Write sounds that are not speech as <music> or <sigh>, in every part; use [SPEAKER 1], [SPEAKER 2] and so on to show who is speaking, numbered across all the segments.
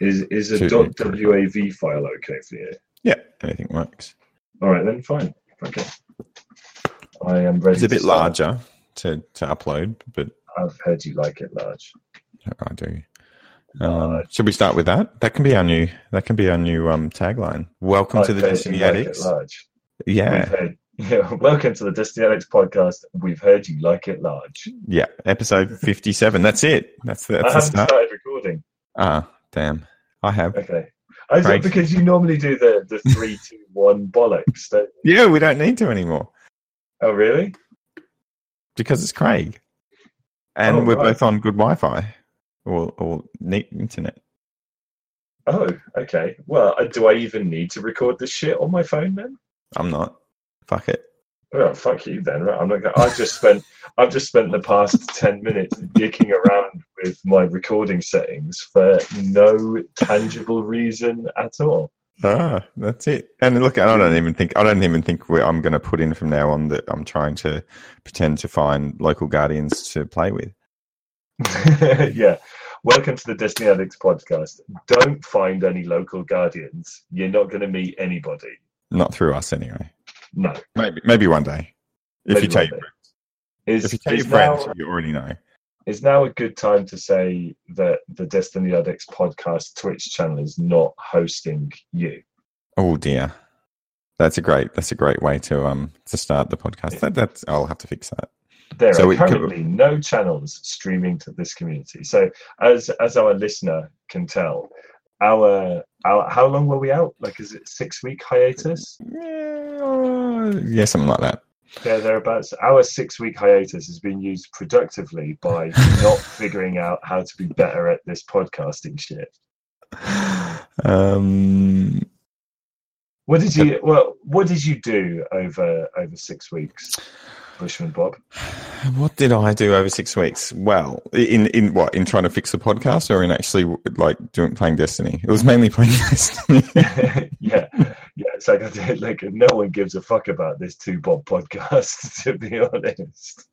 [SPEAKER 1] Is is a
[SPEAKER 2] Sure.
[SPEAKER 1] .wav file okay for you?
[SPEAKER 2] Yeah, anything works.
[SPEAKER 1] All right then, fine. Okay. I am ready.
[SPEAKER 2] It's a
[SPEAKER 1] to
[SPEAKER 2] bit
[SPEAKER 1] start.
[SPEAKER 2] larger to, to upload, but
[SPEAKER 1] I've heard you like it large.
[SPEAKER 2] I do.
[SPEAKER 1] Uh,
[SPEAKER 2] Um, should we start with that? That can be our new. That can be our new um, tagline. Welcome to
[SPEAKER 1] I've
[SPEAKER 2] the
[SPEAKER 1] heard you
[SPEAKER 2] Destiny
[SPEAKER 1] like it
[SPEAKER 2] Addicts.
[SPEAKER 1] large. We've
[SPEAKER 2] Yeah,
[SPEAKER 1] heard- <laughs> yeah. Welcome to the Destiny Addicts podcast. We've heard you like it large.
[SPEAKER 2] yeah.
[SPEAKER 1] <laughs>
[SPEAKER 2] Episode fifty-seven. That's it. That's the,
[SPEAKER 1] I
[SPEAKER 2] that's the
[SPEAKER 1] haven't
[SPEAKER 2] start.
[SPEAKER 1] started recording.
[SPEAKER 2] Ah, damn. I have.
[SPEAKER 1] Okay. I thought
[SPEAKER 2] Craig.
[SPEAKER 1] because you normally do the the three two one bollocks. Don't you?
[SPEAKER 2] Yeah, we don't need to anymore
[SPEAKER 1] Oh really?
[SPEAKER 2] because it's Craig, and
[SPEAKER 1] Oh,
[SPEAKER 2] we're
[SPEAKER 1] right.
[SPEAKER 2] both on good Wi-Fi or or neat internet.
[SPEAKER 1] Oh okay. Well, uh, do I even need to record this shit on my phone then?
[SPEAKER 2] I'm not. Fuck it.
[SPEAKER 1] Well, fuck you then. right? I'm not. Gonna, I've just spent. I've just spent the past ten minutes dicking around with my recording settings for no tangible reason at all. <laughs>
[SPEAKER 2] Ah, that's it. And look, I don't even think I don't even think we I'm going to put in from now on that I'm trying to pretend to find local guardians to play with.
[SPEAKER 1] yeah. Welcome to the Destiny Addicts podcast. Don't find any local guardians. You're not going to meet anybody.
[SPEAKER 2] Not through us, anyway.
[SPEAKER 1] No.
[SPEAKER 2] Maybe maybe one day. If
[SPEAKER 1] Maybe
[SPEAKER 2] you tell
[SPEAKER 1] one
[SPEAKER 2] your
[SPEAKER 1] day.
[SPEAKER 2] if
[SPEAKER 1] Is,
[SPEAKER 2] you tell your
[SPEAKER 1] is, now,
[SPEAKER 2] friends, you already know.
[SPEAKER 1] is now a good time to say that the Destiny Addicts podcast Twitch channel is not hosting you?
[SPEAKER 2] Oh dear, that's a great that's a great way to um to start the podcast. That that's I'll have to fix that.
[SPEAKER 1] There
[SPEAKER 2] So
[SPEAKER 1] are
[SPEAKER 2] it could-
[SPEAKER 1] currently no channels streaming to this community. So, as as our listener can tell, our, our how long were we out? Like, is it six week hiatus?
[SPEAKER 2] Yeah, yeah, something like that.
[SPEAKER 1] There thereabouts. Our six week hiatus has been used productively
[SPEAKER 2] <laughs>
[SPEAKER 1] by not figuring out how to be better at this podcasting shit.
[SPEAKER 2] Um,
[SPEAKER 1] What did you well? What did you do over over six weeks, Bushman Bob?
[SPEAKER 2] What did I do over six weeks? Well, in in what in trying to fix the podcast, or in actually like doing playing Destiny? It was mainly playing <laughs> Destiny.
[SPEAKER 1] yeah, <laughs> yeah. It's like <laughs> I did. Like no one gives a fuck about this two Bob podcast, <laughs> to be honest.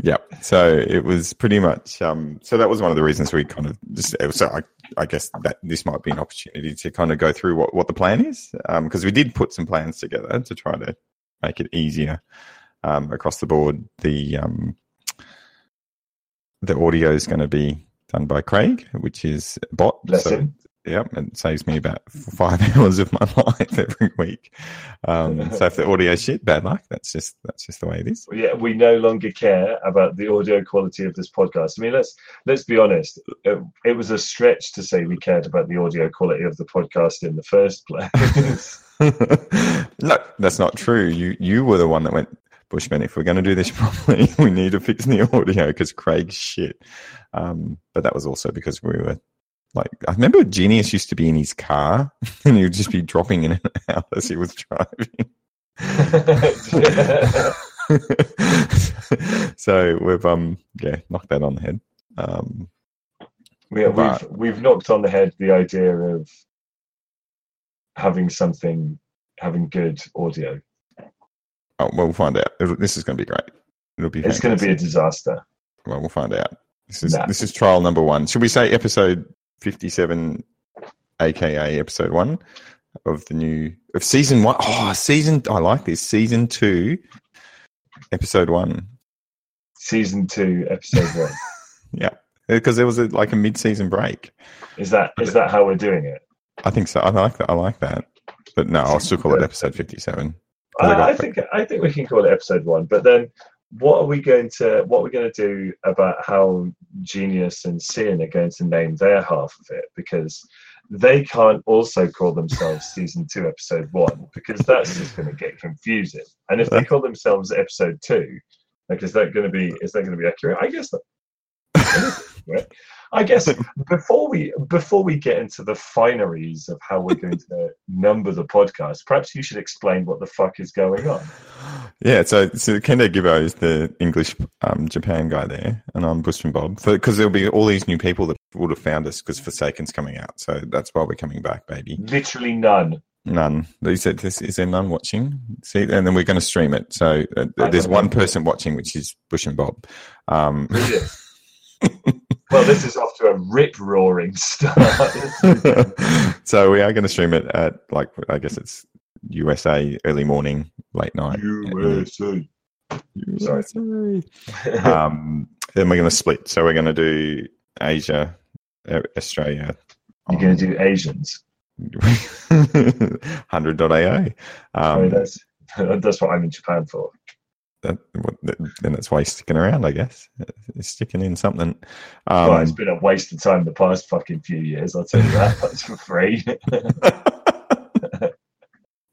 [SPEAKER 2] yep. So it was pretty much. Um, so that was one of the reasons we kind of. Just, so I, I guess that this might be an opportunity to kind of go through what what the plan is, because we did put some plans together to try to make it easier um, across the board. The um, the audio is going to be done by Craig, which is a bot.
[SPEAKER 1] Bless
[SPEAKER 2] so
[SPEAKER 1] him.
[SPEAKER 2] Yep, it saves me about f- five <laughs> hours of my life every week. Um, so if the audio shit, bad luck. That's just that's just the way it is. <laughs>
[SPEAKER 1] Yeah, we no longer care about the audio quality of this podcast. I mean, let's let's be honest. It, it was a stretch to say we cared about the audio quality of the podcast in the first place. <laughs>
[SPEAKER 2] no, that's not true. You you were the one that went, Bushman. If we're going to do this <laughs> properly, we need to fix the audio because Craig's shit. Um, but that was also because we were like, I remember Genius used to be in his car <laughs> and he would just be dropping in and out as he was <laughs> driving. <laughs> so we've um yeah knocked that on the head. Um,
[SPEAKER 1] we, we've
[SPEAKER 2] Right.
[SPEAKER 1] we've knocked on the head the idea of having something, having good audio.
[SPEAKER 2] oh, well, we'll find out. It'll, this is going to be great. It'll be
[SPEAKER 1] It's going to
[SPEAKER 2] fantastic.
[SPEAKER 1] be a disaster.
[SPEAKER 2] Well, we'll find out. This is
[SPEAKER 1] Nah.
[SPEAKER 2] this is trial number one. Should we say episode fifty-seven, aka episode one of the new of season one? Oh, season! I like this season two, episode one.
[SPEAKER 1] Season two, episode one.
[SPEAKER 2] Because Uh, there was a, like a mid-season break.
[SPEAKER 1] Is that is that how we're doing it?
[SPEAKER 2] I think so. I like that. I like that. But no, I'll still call it episode fifty-seven. 'Cause
[SPEAKER 1] Uh,
[SPEAKER 2] I
[SPEAKER 1] I,
[SPEAKER 2] got-
[SPEAKER 1] I think I think we can call it episode one. But then, what are we going to what we're going to do about how Genius and Sin are going to name their half of it because they can't also call themselves season two, episode one because that's just going to get confusing. And if they call themselves episode two, like is that going to be is that going to be accurate? I guess not. I guess before we before we get into the fineries of how we're going to number the podcast, perhaps you should explain what the fuck is going on.
[SPEAKER 2] Yeah, so so Kendo Gibbo is the English um, Japan guy there, and I'm Bushman Bob because there'll be all these new people that would have found us because Forsaken's coming out, so that's why we're coming back, baby.
[SPEAKER 1] Literally none.
[SPEAKER 2] None. They said, "This is there none watching?" See, and then we're going to stream it. So uh,
[SPEAKER 1] I
[SPEAKER 2] there's
[SPEAKER 1] don't
[SPEAKER 2] one
[SPEAKER 1] think-
[SPEAKER 2] person watching, which is Bush and Bob. Um,
[SPEAKER 1] Who is it? Well, this is off to a rip roaring start.
[SPEAKER 2] <laughs> so we are going to stream it at like I guess it's USA early morning, late night. Uh,
[SPEAKER 1] USA. Sorry.
[SPEAKER 2] Sorry. <laughs> um, then we're going to split. So we're going to do Asia, uh, Australia.
[SPEAKER 1] You're going to do
[SPEAKER 2] um,
[SPEAKER 1] Asians.
[SPEAKER 2] <laughs> hundred.io.
[SPEAKER 1] Sorry,
[SPEAKER 2] Um,
[SPEAKER 1] that's, <laughs> that's what I'm in Japan for.
[SPEAKER 2] that, what- that- then that's why you're sticking around, I guess. It's sticking in something. Um,
[SPEAKER 1] well, it's been a waste of time the past fucking few years. I'll tell you that. That's for free.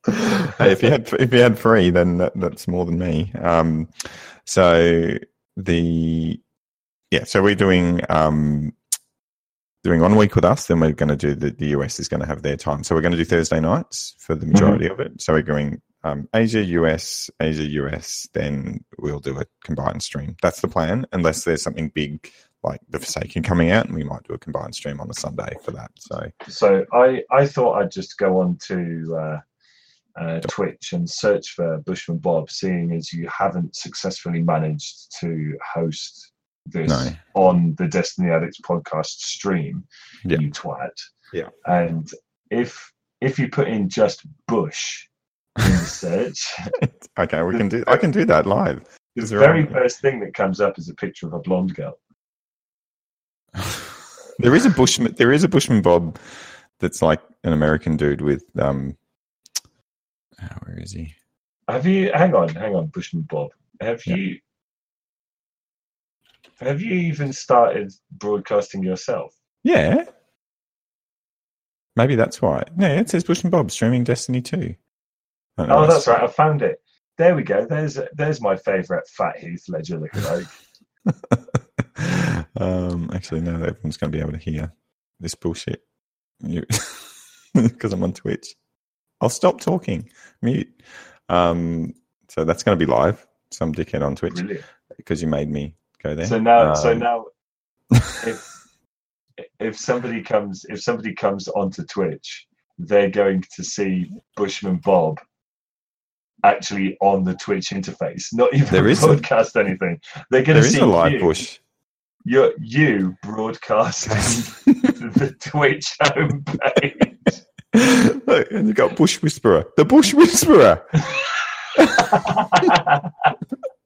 [SPEAKER 2] hey, if you had if you had free, then that, that's more than me. Um, so the yeah, so we're doing um, doing one week with us. Then we're going to do the the US is going to have their time. So we're going to do Thursday nights for the majority of it. So we're going um, Asia US Asia US. Then we'll do a combined stream. That's the plan, unless there's something big like the Forsaken coming out, and we might do a combined stream on a Sunday for that. So.
[SPEAKER 1] so I, I thought I'd just go on to uh, uh, Twitch and search for Bushman Bob, seeing as you haven't successfully managed to host this
[SPEAKER 2] No.
[SPEAKER 1] on the Destiny Addicts podcast stream,
[SPEAKER 2] Yeah.
[SPEAKER 1] you twat.
[SPEAKER 2] Yeah.
[SPEAKER 1] And if if you put in just Bush
[SPEAKER 2] <laughs>
[SPEAKER 1] in the search,
[SPEAKER 2] okay, we can do. I can do that live.
[SPEAKER 1] the
[SPEAKER 2] Is there
[SPEAKER 1] very
[SPEAKER 2] any-
[SPEAKER 1] first thing that comes up is a picture of a blonde girl.
[SPEAKER 2] <laughs> there is a bushman. There is a bushman Bob that's like an American dude with um. ah, Where is he?
[SPEAKER 1] Have you? Hang on, hang on, Bushman Bob. Have
[SPEAKER 2] Yeah.
[SPEAKER 1] you? Have you even started broadcasting yourself?
[SPEAKER 2] Yeah. Maybe that's why. No, it says Bushman Bob streaming Destiny Two. I don't know,
[SPEAKER 1] oh, that's
[SPEAKER 2] it's-
[SPEAKER 1] right. I found it. There we go. There's there's my favourite fat Heath Ledger
[SPEAKER 2] <laughs>
[SPEAKER 1] lookalike.
[SPEAKER 2] um, actually, no, everyone's going to be able to hear this bullshit. <laughs> Because I'm on Twitch. I'll stop talking. Mute. Um, so that's going to be live. Some dickhead on Twitch
[SPEAKER 1] Brilliant.
[SPEAKER 2] because you made me go there.
[SPEAKER 1] So now, so
[SPEAKER 2] Um, <laughs>
[SPEAKER 1] now, if if somebody comes if somebody comes onto Twitch, they're going to see Bushman Bob actually on the Twitch interface, not even <laughs>
[SPEAKER 2] There is a-
[SPEAKER 1] broadcast anything. They're going
[SPEAKER 2] there
[SPEAKER 1] to see
[SPEAKER 2] is a live
[SPEAKER 1] you.
[SPEAKER 2] bush. <laughs>
[SPEAKER 1] you you broadcasting the Twitch homepage.
[SPEAKER 2] Look, and you got Bush Whisperer. The Bush Whisperer.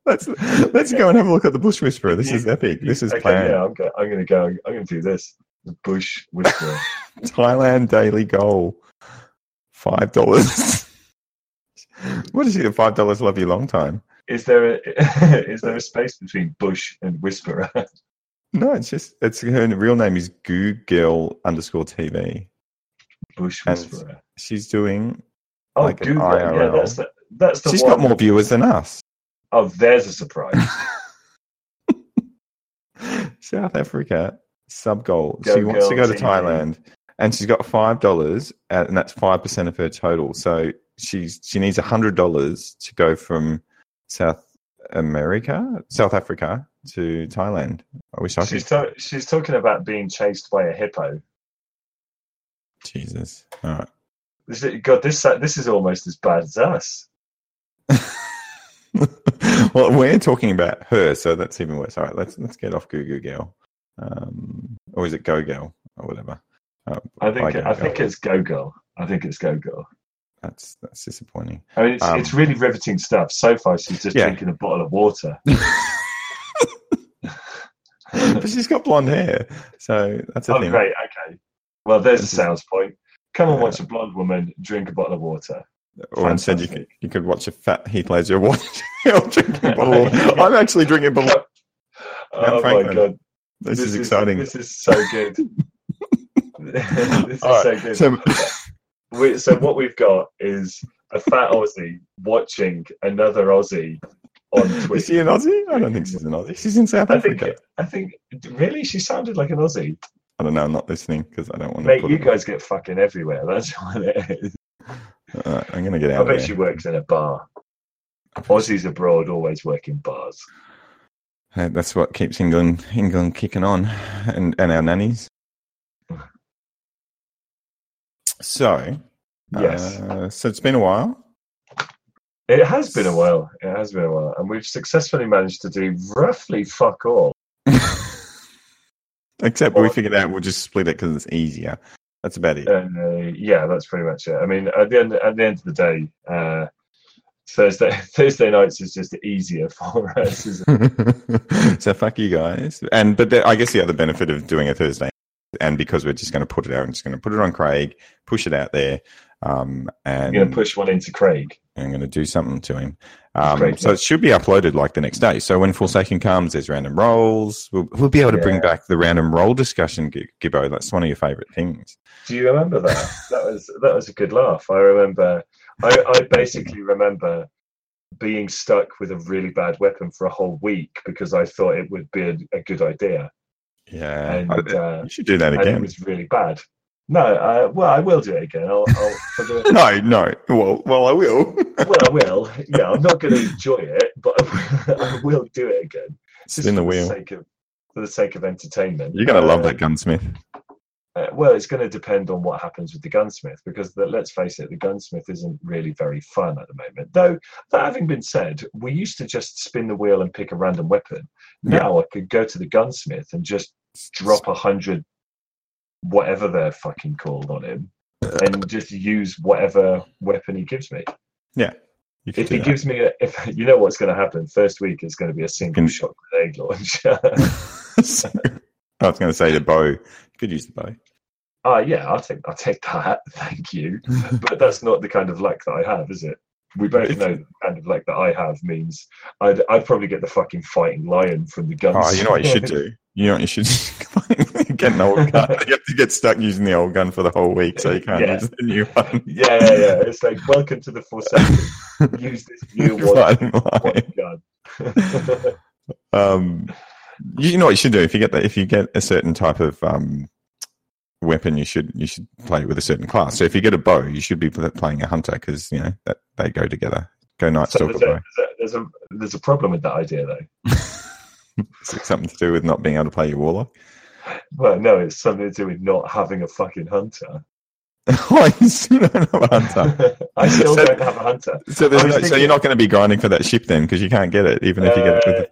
[SPEAKER 2] Let's let's go and have a look at the Bush Whisperer. This is epic. This is
[SPEAKER 1] okay,
[SPEAKER 2] planned.
[SPEAKER 1] Yeah, I'm, go- I'm gonna go. I'm gonna do this. The bush
[SPEAKER 2] <laughs>
[SPEAKER 1] whisperer.
[SPEAKER 2] Thailand daily goal, five
[SPEAKER 1] <laughs>
[SPEAKER 2] dollars. what is it? Five dollars love you long time.
[SPEAKER 1] is there a <laughs> is there a space between bush and whisperer? <laughs>
[SPEAKER 2] No, it's just it's her real name is Goo Girl underscore TV.
[SPEAKER 1] Bush
[SPEAKER 2] And-
[SPEAKER 1] whisperer.
[SPEAKER 2] She's doing.
[SPEAKER 1] Oh,
[SPEAKER 2] like an
[SPEAKER 1] Google. Yeah,
[SPEAKER 2] IRL.
[SPEAKER 1] that's the that's the
[SPEAKER 2] She's
[SPEAKER 1] one.
[SPEAKER 2] got more viewers than us. <laughs>
[SPEAKER 1] Oh, there's a surprise.
[SPEAKER 2] South Africa sub goal.
[SPEAKER 1] Go
[SPEAKER 2] she wants to
[SPEAKER 1] Girl
[SPEAKER 2] go to
[SPEAKER 1] TV.
[SPEAKER 2] Thailand, and she's got five dollars, and that's five percent of her total. So she's she needs hundred dollars to go from South America, South Africa to Thailand. I wish I
[SPEAKER 1] she's
[SPEAKER 2] could.
[SPEAKER 1] ta- she's talking about being chased by a hippo.
[SPEAKER 2] Jesus. All right. <laughs>
[SPEAKER 1] This is, God, this this is almost as bad as us.
[SPEAKER 2] well, we're talking about her, so that's even worse. All right, let's let's get off Goo Goo Girl, um, or is it Go Girl or whatever? Uh,
[SPEAKER 1] I think
[SPEAKER 2] Go
[SPEAKER 1] I think
[SPEAKER 2] Girl.
[SPEAKER 1] it's Go Girl. I think it's Go Girl.
[SPEAKER 2] that's that's disappointing. <laughs>
[SPEAKER 1] I mean, it's,
[SPEAKER 2] Um,
[SPEAKER 1] it's really riveting stuff. So far, she's just
[SPEAKER 2] Yeah.
[SPEAKER 1] drinking a bottle of
[SPEAKER 2] <laughs>
[SPEAKER 1] water.
[SPEAKER 2] but she's got blonde hair, so that's a
[SPEAKER 1] Oh,
[SPEAKER 2] thing.
[SPEAKER 1] great. Okay. Well, there's a
[SPEAKER 2] This is-
[SPEAKER 1] sales point. Come and
[SPEAKER 2] Yeah.
[SPEAKER 1] watch a blonde woman drink a bottle of water.
[SPEAKER 2] Or instead, you could
[SPEAKER 1] Fantastic.
[SPEAKER 2] you could watch a fat Heath Ledger <laughs> watch drinking a bottle.
[SPEAKER 1] <laughs>
[SPEAKER 2] Of,
[SPEAKER 1] Yeah.
[SPEAKER 2] I'm actually
[SPEAKER 1] <laughs>
[SPEAKER 2] drinking bottle. of-
[SPEAKER 1] Oh my
[SPEAKER 2] Franklin.
[SPEAKER 1] god,
[SPEAKER 2] This, is, exciting.
[SPEAKER 1] This is so
[SPEAKER 2] <laughs>
[SPEAKER 1] good. <laughs> this is
[SPEAKER 2] All
[SPEAKER 1] so
[SPEAKER 2] right,
[SPEAKER 1] good. So,
[SPEAKER 2] so
[SPEAKER 1] we, so what we've got is a fat Aussie watching another Aussie on
[SPEAKER 2] <laughs> is
[SPEAKER 1] Twitch.
[SPEAKER 2] she an Aussie? I don't think she's an Aussie. She's in South
[SPEAKER 1] I think.
[SPEAKER 2] Africa.
[SPEAKER 1] I think. Really, she sounded like an Aussie.
[SPEAKER 2] I don't know. I'm not listening because I don't want to.
[SPEAKER 1] Mate,
[SPEAKER 2] Put
[SPEAKER 1] you
[SPEAKER 2] it-
[SPEAKER 1] guys get fucking everywhere. That's <laughs> what it is.
[SPEAKER 2] All right, I'm gonna get
[SPEAKER 1] I
[SPEAKER 2] out.
[SPEAKER 1] bet
[SPEAKER 2] of
[SPEAKER 1] she
[SPEAKER 2] here.
[SPEAKER 1] works in a bar. Aussies abroad always work in bars.
[SPEAKER 2] Uh, That's what keeps England England kicking on, and and our nannies. So
[SPEAKER 1] Yes.
[SPEAKER 2] uh, so it's been a while. <laughs>
[SPEAKER 1] It has been a while. It has been a while, and we've successfully managed to do roughly fuck all.
[SPEAKER 2] Except we figured out we'll just split it because it's easier. That's about it.
[SPEAKER 1] Uh, yeah, that's pretty much it. I mean, at the end, at the end of the day, uh, Thursday <laughs> Thursday nights is just easier <laughs> for us. Isn't it?
[SPEAKER 2] <laughs> so fuck you guys. And but the, I guess the other benefit of doing a Thursday, and because we're just going to put it out, I'm just going to put it on Craig, push it out there, um, and
[SPEAKER 1] I'm going to push one into Craig.
[SPEAKER 2] I'm going to do something to him.
[SPEAKER 1] Great.
[SPEAKER 2] Um, so it should be uploaded like the next day. So when Forsaken comes, there's random rolls. We'll, we'll be able to bring
[SPEAKER 1] Yeah.
[SPEAKER 2] back the random roll discussion, Gi- Gibbo. That's one of your favorite things.
[SPEAKER 1] Do you remember that? that was that was a good laugh. I remember. I, I basically remember being stuck with a really bad weapon for a whole week because I thought it would be a, a good idea,
[SPEAKER 2] Yeah,
[SPEAKER 1] and,
[SPEAKER 2] I-
[SPEAKER 1] uh,
[SPEAKER 2] you should do that
[SPEAKER 1] and it
[SPEAKER 2] again.
[SPEAKER 1] was really bad. No, uh, well, I will do it again. I'll, I'll, I'll do it.
[SPEAKER 2] <laughs> No, no. Well, well, I
[SPEAKER 1] <laughs>
[SPEAKER 2] will. <laughs>
[SPEAKER 1] Well, I will. Yeah, I'm not going to enjoy it, but <laughs> I will do it again. Just
[SPEAKER 2] Spin the
[SPEAKER 1] for
[SPEAKER 2] wheel.
[SPEAKER 1] sake of, for the sake of entertainment.
[SPEAKER 2] You're going to
[SPEAKER 1] Uh,
[SPEAKER 2] love that gunsmith.
[SPEAKER 1] Uh, well, it's going to depend on what happens with the gunsmith because the, let's face it, the gunsmith isn't really very fun at the moment. Though, that having been said, we used to just spin the wheel and pick a random weapon.
[SPEAKER 2] Yeah.
[SPEAKER 1] Now I could go to the gunsmith and just drop a hundred, whatever they're fucking called on him,
[SPEAKER 2] Uh,
[SPEAKER 1] and just use whatever weapon he gives me.
[SPEAKER 2] You could
[SPEAKER 1] If
[SPEAKER 2] do
[SPEAKER 1] he
[SPEAKER 2] that.
[SPEAKER 1] gives me, a, if <laughs> you know what's going to happen, first week is going to be a single
[SPEAKER 2] Can-
[SPEAKER 1] shot grenade launcher. <laughs>
[SPEAKER 2] <laughs> I was going to say the bow. You could use the bow.
[SPEAKER 1] Ah, yeah, I'll take I'll take that. <laughs> Thank you. But that's not the kind of luck that I have, is it? We both
[SPEAKER 2] If-
[SPEAKER 1] know the kind of luck that I have means I'd I'd probably get the fucking fighting lion from the guns.
[SPEAKER 2] Oh, you know what
[SPEAKER 1] <laughs>
[SPEAKER 2] you should do? You know what you should <laughs> get an old gun. You have to get stuck using the old gun for the whole week, so you can't
[SPEAKER 1] Yeah.
[SPEAKER 2] use the new one.
[SPEAKER 1] <laughs> yeah, yeah, yeah. It's like welcome to the
[SPEAKER 2] <laughs>
[SPEAKER 1] Forsaken. Use this new one,
[SPEAKER 2] Fine line.
[SPEAKER 1] one gun. <laughs>
[SPEAKER 2] <laughs> Um, you know what you should do if you get that if you get a certain type of um, weapon, you should you should play it with a certain class. So if you get a bow, you should be pl- playing a hunter because you know that they go together. Go night
[SPEAKER 1] so
[SPEAKER 2] stalker
[SPEAKER 1] there's a,
[SPEAKER 2] bow.
[SPEAKER 1] there's, a, there's a there's a problem with that idea though.
[SPEAKER 2] It's something to do with not being able to play your warlock. <laughs>
[SPEAKER 1] Well, no, it's something to do with not having a fucking hunter.
[SPEAKER 2] oh, you still don't have a hunter.
[SPEAKER 1] <laughs>
[SPEAKER 2] <laughs>
[SPEAKER 1] I still
[SPEAKER 2] So-
[SPEAKER 1] don't have a hunter.
[SPEAKER 2] So, there's
[SPEAKER 1] I was
[SPEAKER 2] no, so
[SPEAKER 1] thinking-
[SPEAKER 2] you're not going to be grinding for that ship then because you can't get it, even if you get it with
[SPEAKER 1] Uh,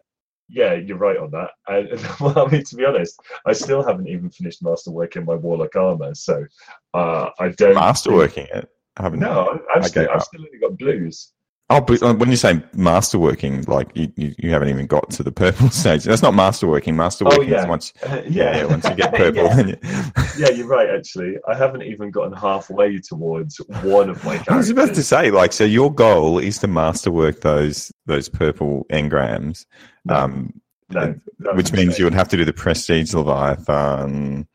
[SPEAKER 1] yeah, you're right on that. And well, I <laughs> mean, to be honest, I still haven't even finished masterwork in my warlock armor, so uh, I
[SPEAKER 2] the
[SPEAKER 1] don't
[SPEAKER 2] masterworking it. I haven't.
[SPEAKER 1] No, I'm- I'm
[SPEAKER 2] I
[SPEAKER 1] still,
[SPEAKER 2] gave
[SPEAKER 1] I've
[SPEAKER 2] up.
[SPEAKER 1] still only got blues.
[SPEAKER 2] Oh, but uh, when you say masterworking, like you, you, you haven't even got to the purple <laughs> stage. That's not masterworking. Masterworking
[SPEAKER 1] yeah.
[SPEAKER 2] is once.
[SPEAKER 1] Uh,
[SPEAKER 2] Yeah, yeah. Once you get
[SPEAKER 1] <laughs>
[SPEAKER 2] purple,
[SPEAKER 1] yeah.
[SPEAKER 2] then you,
[SPEAKER 1] Yeah, you're right. Actually, I haven't even gotten halfway towards one of my characters.
[SPEAKER 2] <laughs> I was about to say, like, so your goal is to masterwork those those purple engrams,
[SPEAKER 1] No,
[SPEAKER 2] um,
[SPEAKER 1] no, that was
[SPEAKER 2] which
[SPEAKER 1] a
[SPEAKER 2] means
[SPEAKER 1] mistake.
[SPEAKER 2] you would have to do the prestige leviathan.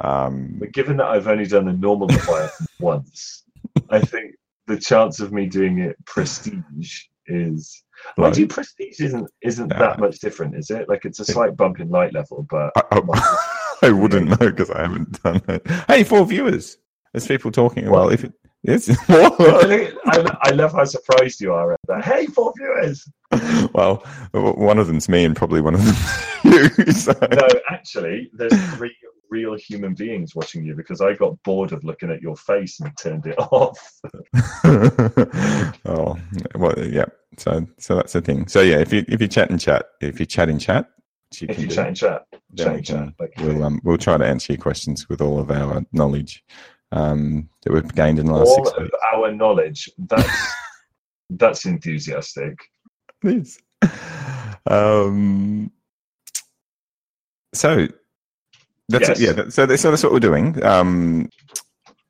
[SPEAKER 2] Um,
[SPEAKER 1] But given that I've only done the normal
[SPEAKER 2] <laughs>
[SPEAKER 1] Leviathan once, I think the chance of me doing it prestige is. Well,
[SPEAKER 2] like-
[SPEAKER 1] do prestige isn't isn't
[SPEAKER 2] No.
[SPEAKER 1] that much different, is it? Like
[SPEAKER 2] <laughs>
[SPEAKER 1] it's a slight bump in light level, but <laughs>
[SPEAKER 2] I, <laughs> I- I wouldn't know because I haven't done it. Hey, four viewers. There's people talking. Well, if it is. <laughs>
[SPEAKER 1] I, I love how surprised you are at that. Hey, four viewers.
[SPEAKER 2] well, w- one of them's me and probably one of them's <laughs> you. So.
[SPEAKER 1] No, actually, there's
[SPEAKER 2] <laughs>
[SPEAKER 1] three real human beings watching you because I got bored of looking at your face and turned it <laughs> off.
[SPEAKER 2] <laughs> oh, well, yeah. So, so that's the thing. So, yeah, if you if you chat and chat, if you chat and chat, which you
[SPEAKER 1] If
[SPEAKER 2] can
[SPEAKER 1] you
[SPEAKER 2] do,
[SPEAKER 1] chat and chat,
[SPEAKER 2] Then
[SPEAKER 1] chat
[SPEAKER 2] we
[SPEAKER 1] and chat. Like,
[SPEAKER 2] we'll um, we'll try to answer your questions with all of our knowledge um, that we've gained in the last
[SPEAKER 1] all
[SPEAKER 2] six
[SPEAKER 1] of
[SPEAKER 2] weeks.
[SPEAKER 1] our knowledge.
[SPEAKER 2] <laughs>
[SPEAKER 1] That's that's enthusiastic.
[SPEAKER 2] Please. Um, so that's
[SPEAKER 1] Yes.
[SPEAKER 2] it. Yeah. that- So, that- so that's what we're doing. Um,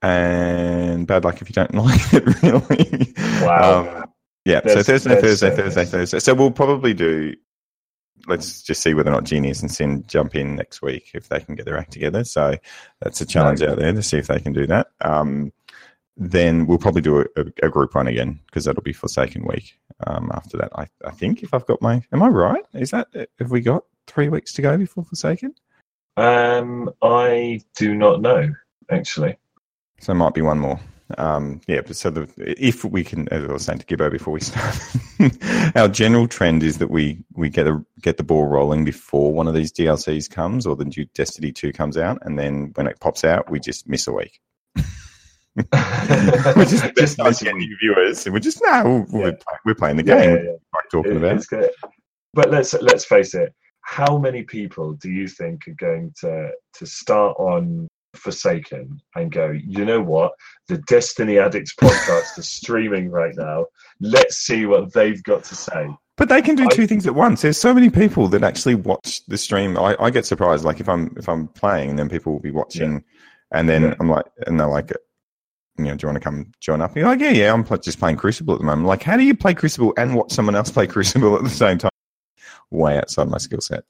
[SPEAKER 2] and bad luck if you don't <laughs> like it, really.
[SPEAKER 1] Wow.
[SPEAKER 2] Um, yeah. so
[SPEAKER 1] There's- there's
[SPEAKER 2] Thursday, Thursday,
[SPEAKER 1] service.
[SPEAKER 2] Thursday, Thursday. So we'll probably do. Let's just see whether or not Genius and Sin jump in next week if they can get their act together. So that's a challenge out there to see if they can do that. Um, then we'll probably do a, a, a group one again because that'll be Forsaken week. Um, after that, I, I think if I've got my, am I right? Is that have we got three weeks to go before Forsaken?
[SPEAKER 1] Um, I do not know actually.
[SPEAKER 2] So there might be one more. Um, yeah, but so the, if we can, as I was saying to Gibbo before we <laughs> start, our general trend is that we we get a, get the ball rolling before one of these DLCs comes or the new Destiny two comes out, and then when it pops out, we just miss
[SPEAKER 1] <laughs>
[SPEAKER 2] a week. <laughs> We're just, just
[SPEAKER 1] nice and
[SPEAKER 2] getting new viewers, and we're just no, we're,
[SPEAKER 1] Yeah.
[SPEAKER 2] we're, play- we're playing the
[SPEAKER 1] Yeah,
[SPEAKER 2] game.
[SPEAKER 1] yeah, yeah.
[SPEAKER 2] Like talking
[SPEAKER 1] It-
[SPEAKER 2] about.
[SPEAKER 1] it's good. But let's let's face it. how many people do you think are going to to start on Forsaken and go, you know what? The Destiny Addicts podcast is streaming right now. Let's see what they've got to say.
[SPEAKER 2] But they can do two things at once. There's so many people that actually watch the stream. I, I get surprised. Like if I'm if I'm playing, then people will be watching, and then
[SPEAKER 1] Yeah.
[SPEAKER 2] I'm like, and they're like, you know, do you want to come join up? And you're like, yeah, yeah, I'm pl- just playing Crucible at the moment. Like, how do you play Crucible and watch someone else play Crucible at the same time? Way outside my skill set.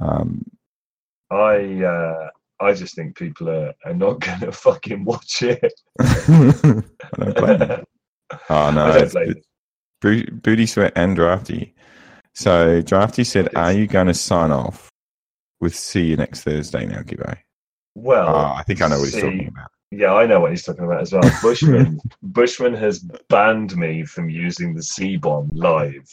[SPEAKER 2] Um, <laughs>
[SPEAKER 1] I uh, I just think people are, are not <laughs> going to fucking watch it.
[SPEAKER 2] I don't
[SPEAKER 1] <laughs>
[SPEAKER 2] blame them.
[SPEAKER 1] I
[SPEAKER 2] Oh no,
[SPEAKER 1] don't
[SPEAKER 2] it's-
[SPEAKER 1] blame them.
[SPEAKER 2] Bo- Booty Sweat and Drafty. So Drafty said, "Are you going to sign off with see you next Thursday now, Gibbo?"
[SPEAKER 1] Well,
[SPEAKER 2] Ah, I think I know what he's
[SPEAKER 1] see-
[SPEAKER 2] talking about.
[SPEAKER 1] yeah, I know what he's talking about as well. Bushman <laughs> Bushman has banned me from using the C bomb live.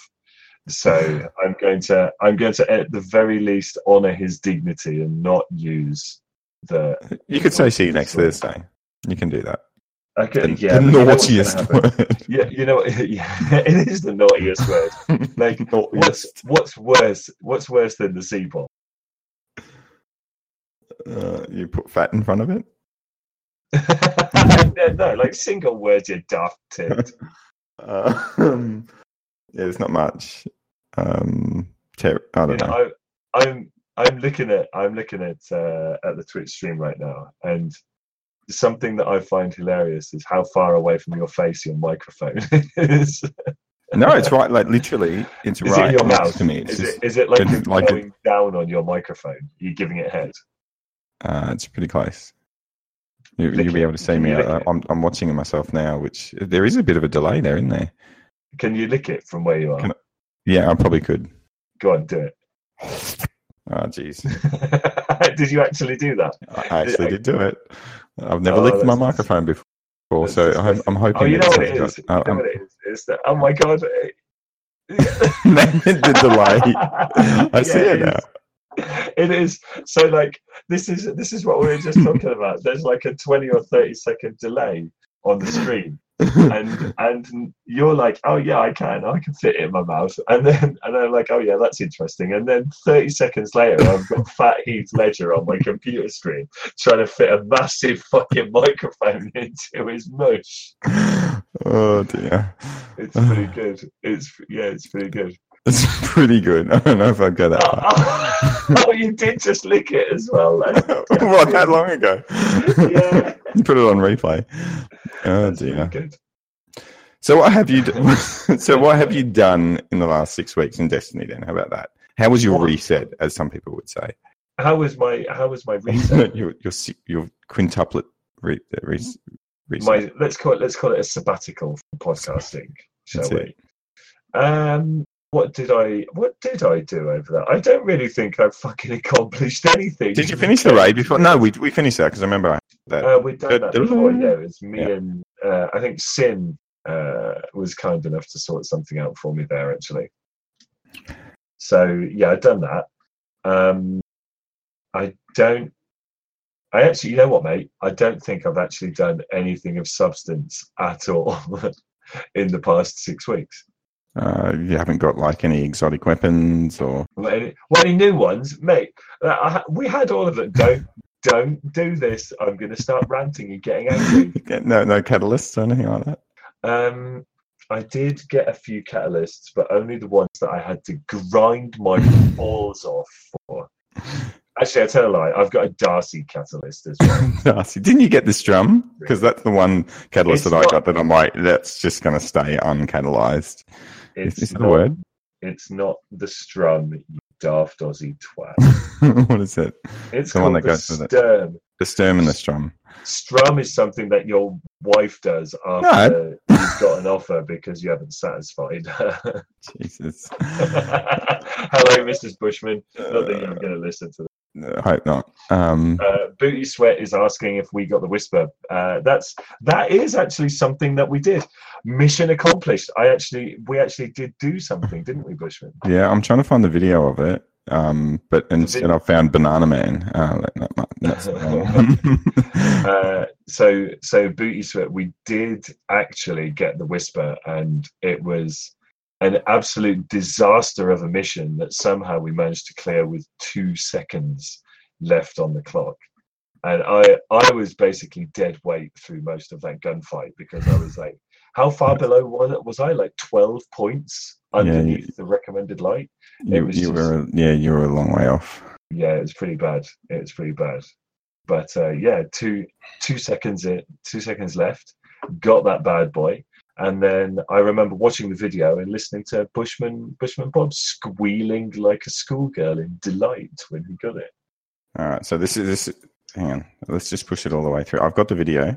[SPEAKER 1] So I'm going to I'm going to at the very least honor his dignity and not use the
[SPEAKER 2] You could say see you next Thursday. You can do that.
[SPEAKER 1] okay,
[SPEAKER 2] The,
[SPEAKER 1] yeah,
[SPEAKER 2] the
[SPEAKER 1] you know what's gonna
[SPEAKER 2] naughtiest
[SPEAKER 1] happen. Yeah, you know, <laughs> yeah, it is the naughtiest word.
[SPEAKER 2] <laughs> word.
[SPEAKER 1] Like, what's
[SPEAKER 2] naughtiest.
[SPEAKER 1] what's worse? What's worse than the C <laughs> bomb?
[SPEAKER 2] Uh, you put fat in front of it.
[SPEAKER 1] no, no, like single words, you daft tit. <laughs>
[SPEAKER 2] Uh, um, yeah, there's not much. Um, ter- I
[SPEAKER 1] You
[SPEAKER 2] don't know.
[SPEAKER 1] know, I, I'm I'm looking at I'm looking at uh, at the Twitch stream right now, and something that I find hilarious is how far away from your face your microphone <laughs> is.
[SPEAKER 2] No, it's right. Like literally, it's
[SPEAKER 1] Is
[SPEAKER 2] right
[SPEAKER 1] it your
[SPEAKER 2] next
[SPEAKER 1] mouth?
[SPEAKER 2] to me. It's
[SPEAKER 1] Is
[SPEAKER 2] just,
[SPEAKER 1] it is it like
[SPEAKER 2] been
[SPEAKER 1] you're
[SPEAKER 2] like a-
[SPEAKER 1] going down on your microphone? You're giving it head.
[SPEAKER 2] Uh, it's pretty close. You,
[SPEAKER 1] Lick
[SPEAKER 2] you'll be
[SPEAKER 1] it.
[SPEAKER 2] able to see
[SPEAKER 1] Can
[SPEAKER 2] me.
[SPEAKER 1] you lick
[SPEAKER 2] I,
[SPEAKER 1] it?
[SPEAKER 2] I'm, I'm watching it myself now, which there is a bit of a delay there, isn't there?
[SPEAKER 1] Can you lick it from where you are?
[SPEAKER 2] Can Yeah, I probably could.
[SPEAKER 1] Go on, do
[SPEAKER 2] Oh, jeez.
[SPEAKER 1] it. <laughs> Did you actually do that?
[SPEAKER 2] I actually did do it. I've never
[SPEAKER 1] Oh,
[SPEAKER 2] licked my
[SPEAKER 1] that's-
[SPEAKER 2] microphone before,
[SPEAKER 1] that's
[SPEAKER 2] so I'm, I'm hoping.
[SPEAKER 1] Oh, you know
[SPEAKER 2] it's-
[SPEAKER 1] what it is. You
[SPEAKER 2] uh,
[SPEAKER 1] know
[SPEAKER 2] um, <laughs>
[SPEAKER 1] what it is. It's that. Oh my god. eh.
[SPEAKER 2] <laughs> the
[SPEAKER 1] <laughs>
[SPEAKER 2] delay. I see
[SPEAKER 1] Yeah,
[SPEAKER 2] it now.
[SPEAKER 1] is. It is. So like this is this is what we were
[SPEAKER 2] <laughs>
[SPEAKER 1] just talking about. There's like a 20 or 30 second delay on the screen. <laughs> And and you're like, oh yeah, I can, I can fit it in my mouth. And then and I'm like, oh yeah, that's interesting. And then 30 seconds later, I've got fat Heath Ledger on my computer screen trying to fit a massive fucking microphone <laughs> into his mush.
[SPEAKER 2] oh dear.
[SPEAKER 1] It's
[SPEAKER 2] <sighs>
[SPEAKER 1] pretty good. It's yeah, it's pretty good.
[SPEAKER 2] It's pretty good. <laughs> I don't know if I'd go that far. <laughs>
[SPEAKER 1] Oh, <laughs> oh, you did just lick it as well. Then.
[SPEAKER 2] what that long ago?
[SPEAKER 1] Yeah,
[SPEAKER 2] <laughs> Put it on replay. Oh
[SPEAKER 1] that's pretty
[SPEAKER 2] dear.
[SPEAKER 1] good.
[SPEAKER 2] So what have you? d- <laughs> so what have you done in the last six weeks in Destiny? Then how about that? How was your
[SPEAKER 1] What?
[SPEAKER 2] reset, as some people would say?
[SPEAKER 1] How was my How was my
[SPEAKER 2] <laughs>
[SPEAKER 1] reset?
[SPEAKER 2] your, your si- your quintuplet re, uh, re, reset.
[SPEAKER 1] my let's call it Let's call it a sabbatical from podcasting, shall
[SPEAKER 2] That's
[SPEAKER 1] we? Um, what did I What did I do over that? I don't really think I fucking accomplished anything.
[SPEAKER 2] Did you finish the raid before? No, we we finished that because I remember I, that.
[SPEAKER 1] Uh, we've done that
[SPEAKER 2] Da-da-da.
[SPEAKER 1] before. Yeah, it was me
[SPEAKER 2] Yeah.
[SPEAKER 1] and uh, I think Sin uh, was kind enough to sort something out for me there actually. So yeah, I've done that. Um, I don't. I actually, you know what, mate? I don't think I've actually done anything of substance at all <laughs> in the past six weeks.
[SPEAKER 2] Uh, you haven't got like any exotic weapons or
[SPEAKER 1] Well, any, well, any new ones, mate? uh, I, ha- we had all of them. Don't, don't do this. I'm going to start ranting and getting angry.
[SPEAKER 2] <laughs> no no catalysts or anything like that. <laughs>
[SPEAKER 1] Um, I did get a few catalysts, but only the ones that I had to grind
[SPEAKER 2] <laughs>
[SPEAKER 1] my balls off for. Actually, I tell a lie. I've got a Darcy catalyst as well.
[SPEAKER 2] Darcy, didn't you get this drum? Because that's the one
[SPEAKER 1] It's
[SPEAKER 2] catalyst that
[SPEAKER 1] not-
[SPEAKER 2] I got that I'm like, that's just going to stay uncatalyzed. <laughs> <laughs> Is
[SPEAKER 1] It's
[SPEAKER 2] this the
[SPEAKER 1] not,
[SPEAKER 2] word?
[SPEAKER 1] It's not the strum, you daft Aussie twat.
[SPEAKER 2] what is it?
[SPEAKER 1] It's
[SPEAKER 2] <laughs> The one
[SPEAKER 1] called
[SPEAKER 2] that
[SPEAKER 1] the
[SPEAKER 2] goes with it.
[SPEAKER 1] stern.
[SPEAKER 2] The sturm and the strum.
[SPEAKER 1] Strum is something that your wife does after you've got an offer because you haven't satisfied her. <laughs>
[SPEAKER 2] Jesus.
[SPEAKER 1] Hello, Mrs. Bushman. Not that
[SPEAKER 2] Uh,
[SPEAKER 1] you're going to listen to
[SPEAKER 2] I hope not. Um,
[SPEAKER 1] uh, Booty Sweat is asking if we got the whisper. Uh, that's that is actually something that we did. Mission accomplished. I actually we actually did do something, didn't we, Bushman?
[SPEAKER 2] yeah, I'm trying to find the video of it. Um, but instead, I found Banana Man. Uh, that- that might-
[SPEAKER 1] <laughs>
[SPEAKER 2] that's the wrong one. <laughs>
[SPEAKER 1] Uh, so so Booty Sweat, we did actually get the whisper, and it was an absolute disaster of a mission that somehow we managed to clear with two seconds left on the clock. And I, I was basically dead weight through most of that gunfight because I was like, how far below was it? Was I like twelve points underneath
[SPEAKER 2] you-
[SPEAKER 1] the recommended light? It
[SPEAKER 2] You,
[SPEAKER 1] was
[SPEAKER 2] you
[SPEAKER 1] just-
[SPEAKER 2] were yeah, you were a long way off.
[SPEAKER 1] yeah, it was pretty bad. It was pretty bad. But uh, yeah, two two seconds in, two seconds left. Got that bad boy, and then I remember watching the video and listening to Bushman Bushman Bob squealing like a schoolgirl in delight when he got it.
[SPEAKER 2] All right, so this is this. Hang on, let's just push it all the way through. I've got the video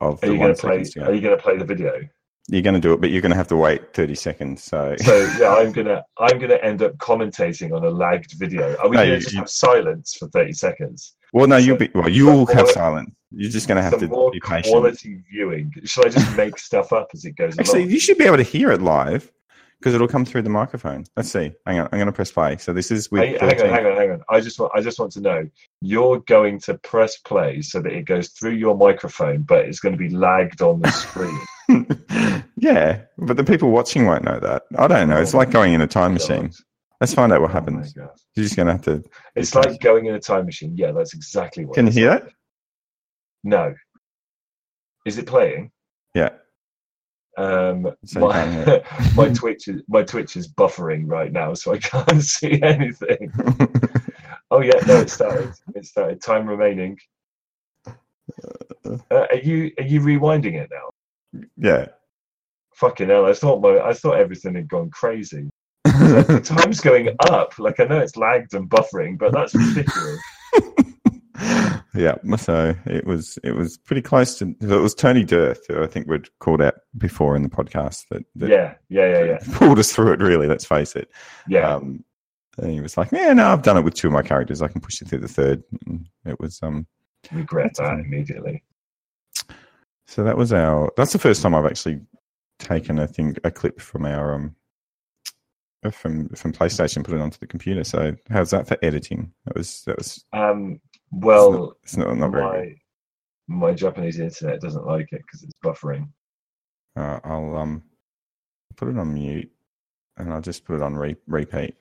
[SPEAKER 2] of
[SPEAKER 1] Are
[SPEAKER 2] the
[SPEAKER 1] you going
[SPEAKER 2] one
[SPEAKER 1] to play?
[SPEAKER 2] seconds to go.
[SPEAKER 1] Are you going to play the video?
[SPEAKER 2] You're going to do it, but you're going to have to wait thirty seconds. So,
[SPEAKER 1] <laughs> So yeah, I'm gonna I'm gonna end up commentating on a lagged video. Are we
[SPEAKER 2] No,
[SPEAKER 1] going
[SPEAKER 2] you-
[SPEAKER 1] to just
[SPEAKER 2] you-
[SPEAKER 1] have silence for thirty seconds?
[SPEAKER 2] <laughs> well, no,
[SPEAKER 1] so-
[SPEAKER 2] you'll be well. You'll
[SPEAKER 1] so
[SPEAKER 2] have
[SPEAKER 1] more-
[SPEAKER 2] silence. You're just going to have
[SPEAKER 1] Some
[SPEAKER 2] to
[SPEAKER 1] more
[SPEAKER 2] be patient.
[SPEAKER 1] quality viewing. Should I just make stuff up as it goes
[SPEAKER 2] <laughs> Actually,
[SPEAKER 1] along?
[SPEAKER 2] you should be able to hear it live because it'll come through the microphone. Let's see. Hang on, I'm going to press play. So this is with.
[SPEAKER 1] Hey, hang
[SPEAKER 2] 13.
[SPEAKER 1] on, hang on, hang on. I just want I just want to know. You're going to press play so that it goes through your microphone, but it's going to be lagged on
[SPEAKER 2] <laughs>
[SPEAKER 1] the screen.
[SPEAKER 2] yeah, but the people watching won't know that. I don't know. It's like going in a time machine. Let's find out what
[SPEAKER 1] Oh my
[SPEAKER 2] happens.
[SPEAKER 1] God.
[SPEAKER 2] You're just going to have to.
[SPEAKER 1] It's like going in a time machine. Yeah, that's exactly what.
[SPEAKER 2] Can you
[SPEAKER 1] it's
[SPEAKER 2] hear
[SPEAKER 1] like.
[SPEAKER 2] that?
[SPEAKER 1] No. Is it playing?
[SPEAKER 2] Yeah.
[SPEAKER 1] Um,
[SPEAKER 2] So you can't hear
[SPEAKER 1] my <laughs>
[SPEAKER 2] <laughs>
[SPEAKER 1] my Twitch is my Twitch is buffering right now, so I <laughs> can't see anything. Oh yeah, no, it started. It started. Time
[SPEAKER 2] <laughs>
[SPEAKER 1] remaining. Uh, are you are you rewinding it now?
[SPEAKER 2] <laughs> yeah. <laughs>
[SPEAKER 1] Fucking hell! I thought my I thought everything had gone crazy.
[SPEAKER 2] <laughs>
[SPEAKER 1] The time's going up. Like I know it's lagged and buffering, but that's ridiculous.
[SPEAKER 2] yeah. So it was it was pretty close to it was Tony Dirth who I think we'd called out before in <laughs> the podcast that, that
[SPEAKER 1] yeah, yeah, yeah, yeah,
[SPEAKER 2] <laughs> pulled us through it really, let's face it.
[SPEAKER 1] yeah.
[SPEAKER 2] Um, and he was like, Yeah, no, I've done it with two of my characters. I can push it through the third. And it was um
[SPEAKER 1] Regret
[SPEAKER 2] <laughs>
[SPEAKER 1] that immediately.
[SPEAKER 2] so that was our that's the first time I've actually taken I think a clip from our um from from PlayStation, put it onto the computer. So how's that for editing? That was that was
[SPEAKER 1] Um, well,
[SPEAKER 2] it's not not very good.
[SPEAKER 1] my my Japanese internet doesn't like it because it's buffering.
[SPEAKER 2] Uh, I'll um put it on mute, and I'll just put it on re- repeat.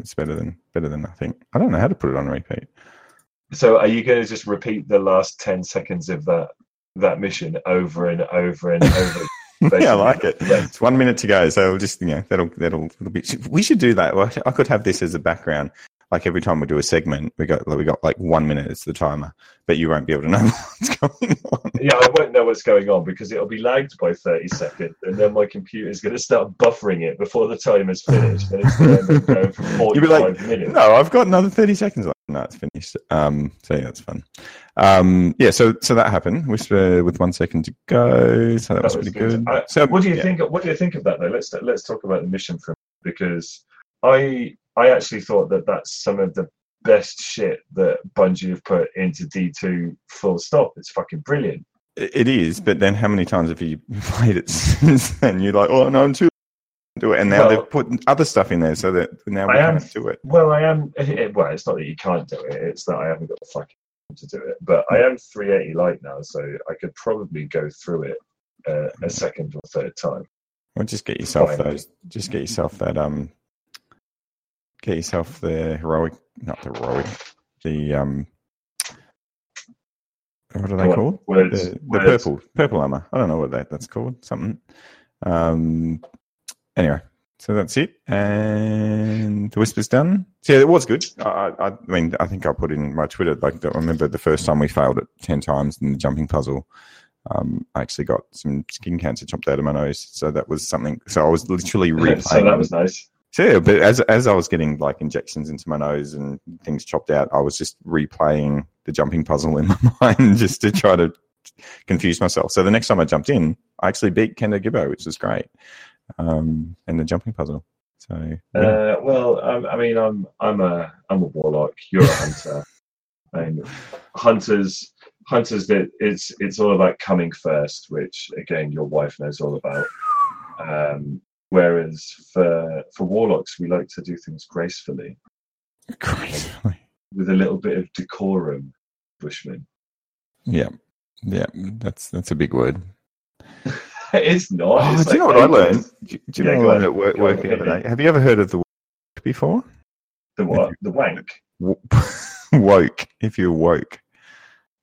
[SPEAKER 2] It's better than better than nothing. I don't know how to put it on repeat. <laughs>
[SPEAKER 1] So are you going to just repeat the last 10 seconds of that that mission over and over and over? Basically,
[SPEAKER 2] yeah, I like it.
[SPEAKER 1] that's-
[SPEAKER 2] It's one minute to go, so we'll just you know that'll that'll, that'll be. We should do that. Well, I could have this as a background. Like every time we do a segment, we got we got like one minute as the timer, but you won't be able to know <laughs> what's going on.
[SPEAKER 1] yeah, I won't know what's going on because it'll be lagged by 30 seconds and then my computer's going to start buffering it before the time is finished. And it's going to go for
[SPEAKER 2] <laughs> You'll be
[SPEAKER 1] 45
[SPEAKER 2] like,
[SPEAKER 1] minutes.
[SPEAKER 2] No, I've got another thirty seconds. left. No, it's finished. Um, so yeah, that's fun. Um, yeah, so so that happened. Whisper with one second to go. So that, was, pretty good.
[SPEAKER 1] I-
[SPEAKER 2] so
[SPEAKER 1] what do you
[SPEAKER 2] yeah.
[SPEAKER 1] think? What do you think of that though? Let's let's talk about the mission from because I I actually thought that that's some of the best shit that Bungie have put into D2. Full stop. It's fucking brilliant.
[SPEAKER 2] It is, but then how many times have you <laughs> played it since then? You're like, oh no, I'm too do it, and now
[SPEAKER 1] Well-
[SPEAKER 2] they've put other stuff in there so that now we
[SPEAKER 1] I am-
[SPEAKER 2] can't do it.
[SPEAKER 1] Well, I am. <laughs> It, well, it's not that you can't do it. It's that I haven't got the fucking time to do it. But I am 380 light now, so I could probably go through it uh, a second or third time.
[SPEAKER 2] Well, just get yourself
[SPEAKER 1] Fine.
[SPEAKER 2] those. Just get yourself that. Um, get yourself the heroic, not the heroic. The um, what are they
[SPEAKER 1] What?
[SPEAKER 2] called?
[SPEAKER 1] Words,
[SPEAKER 2] the, the
[SPEAKER 1] words.
[SPEAKER 2] purple purple armor. I don't know what that that's called. Something. Um. Anyway, so that's it, and the whisper's done. So yeah, it was good. I, I, I mean, I think I put in my Twitter. Like, I remember the first time we failed it ten times in the jumping puzzle. Um, I actually got some skin cancer chopped out of my nose, so that was something. So I was literally replaying.
[SPEAKER 1] so that was nice.
[SPEAKER 2] So, yeah, but as as I was getting like injections into my nose and things chopped out, I was just replaying the jumping puzzle in <laughs> my mind just to try to confuse myself. So the next time I jumped in, I actually beat Kendo Gibbo, which was great, um, and the jumping puzzle. So yeah.
[SPEAKER 1] Uh, well, um, I mean, I'm I'm a I'm a warlock. You're a hunter, and hunters hunters that it's it's all about coming first, which again your wife knows all about. Um, whereas for for warlocks, we like to do things gracefully
[SPEAKER 2] great.
[SPEAKER 1] Uh,
[SPEAKER 2] <laughs>
[SPEAKER 1] with a little bit of decorum. Bushman. <laughs>
[SPEAKER 2] Yeah, yeah, that's that's a big word.
[SPEAKER 1] it's not.
[SPEAKER 2] Oh,
[SPEAKER 1] It's
[SPEAKER 2] do you know
[SPEAKER 1] like
[SPEAKER 2] what I
[SPEAKER 1] ages.
[SPEAKER 2] learned? Do do you
[SPEAKER 1] Yeah,
[SPEAKER 2] know
[SPEAKER 1] go
[SPEAKER 2] what I
[SPEAKER 1] on.
[SPEAKER 2] learned at work,
[SPEAKER 1] Go on,
[SPEAKER 2] work the other
[SPEAKER 1] hit me.
[SPEAKER 2] day? Have you ever heard of the woke before?
[SPEAKER 1] The what? The wank.
[SPEAKER 2] W- <laughs> woke, if you're woke.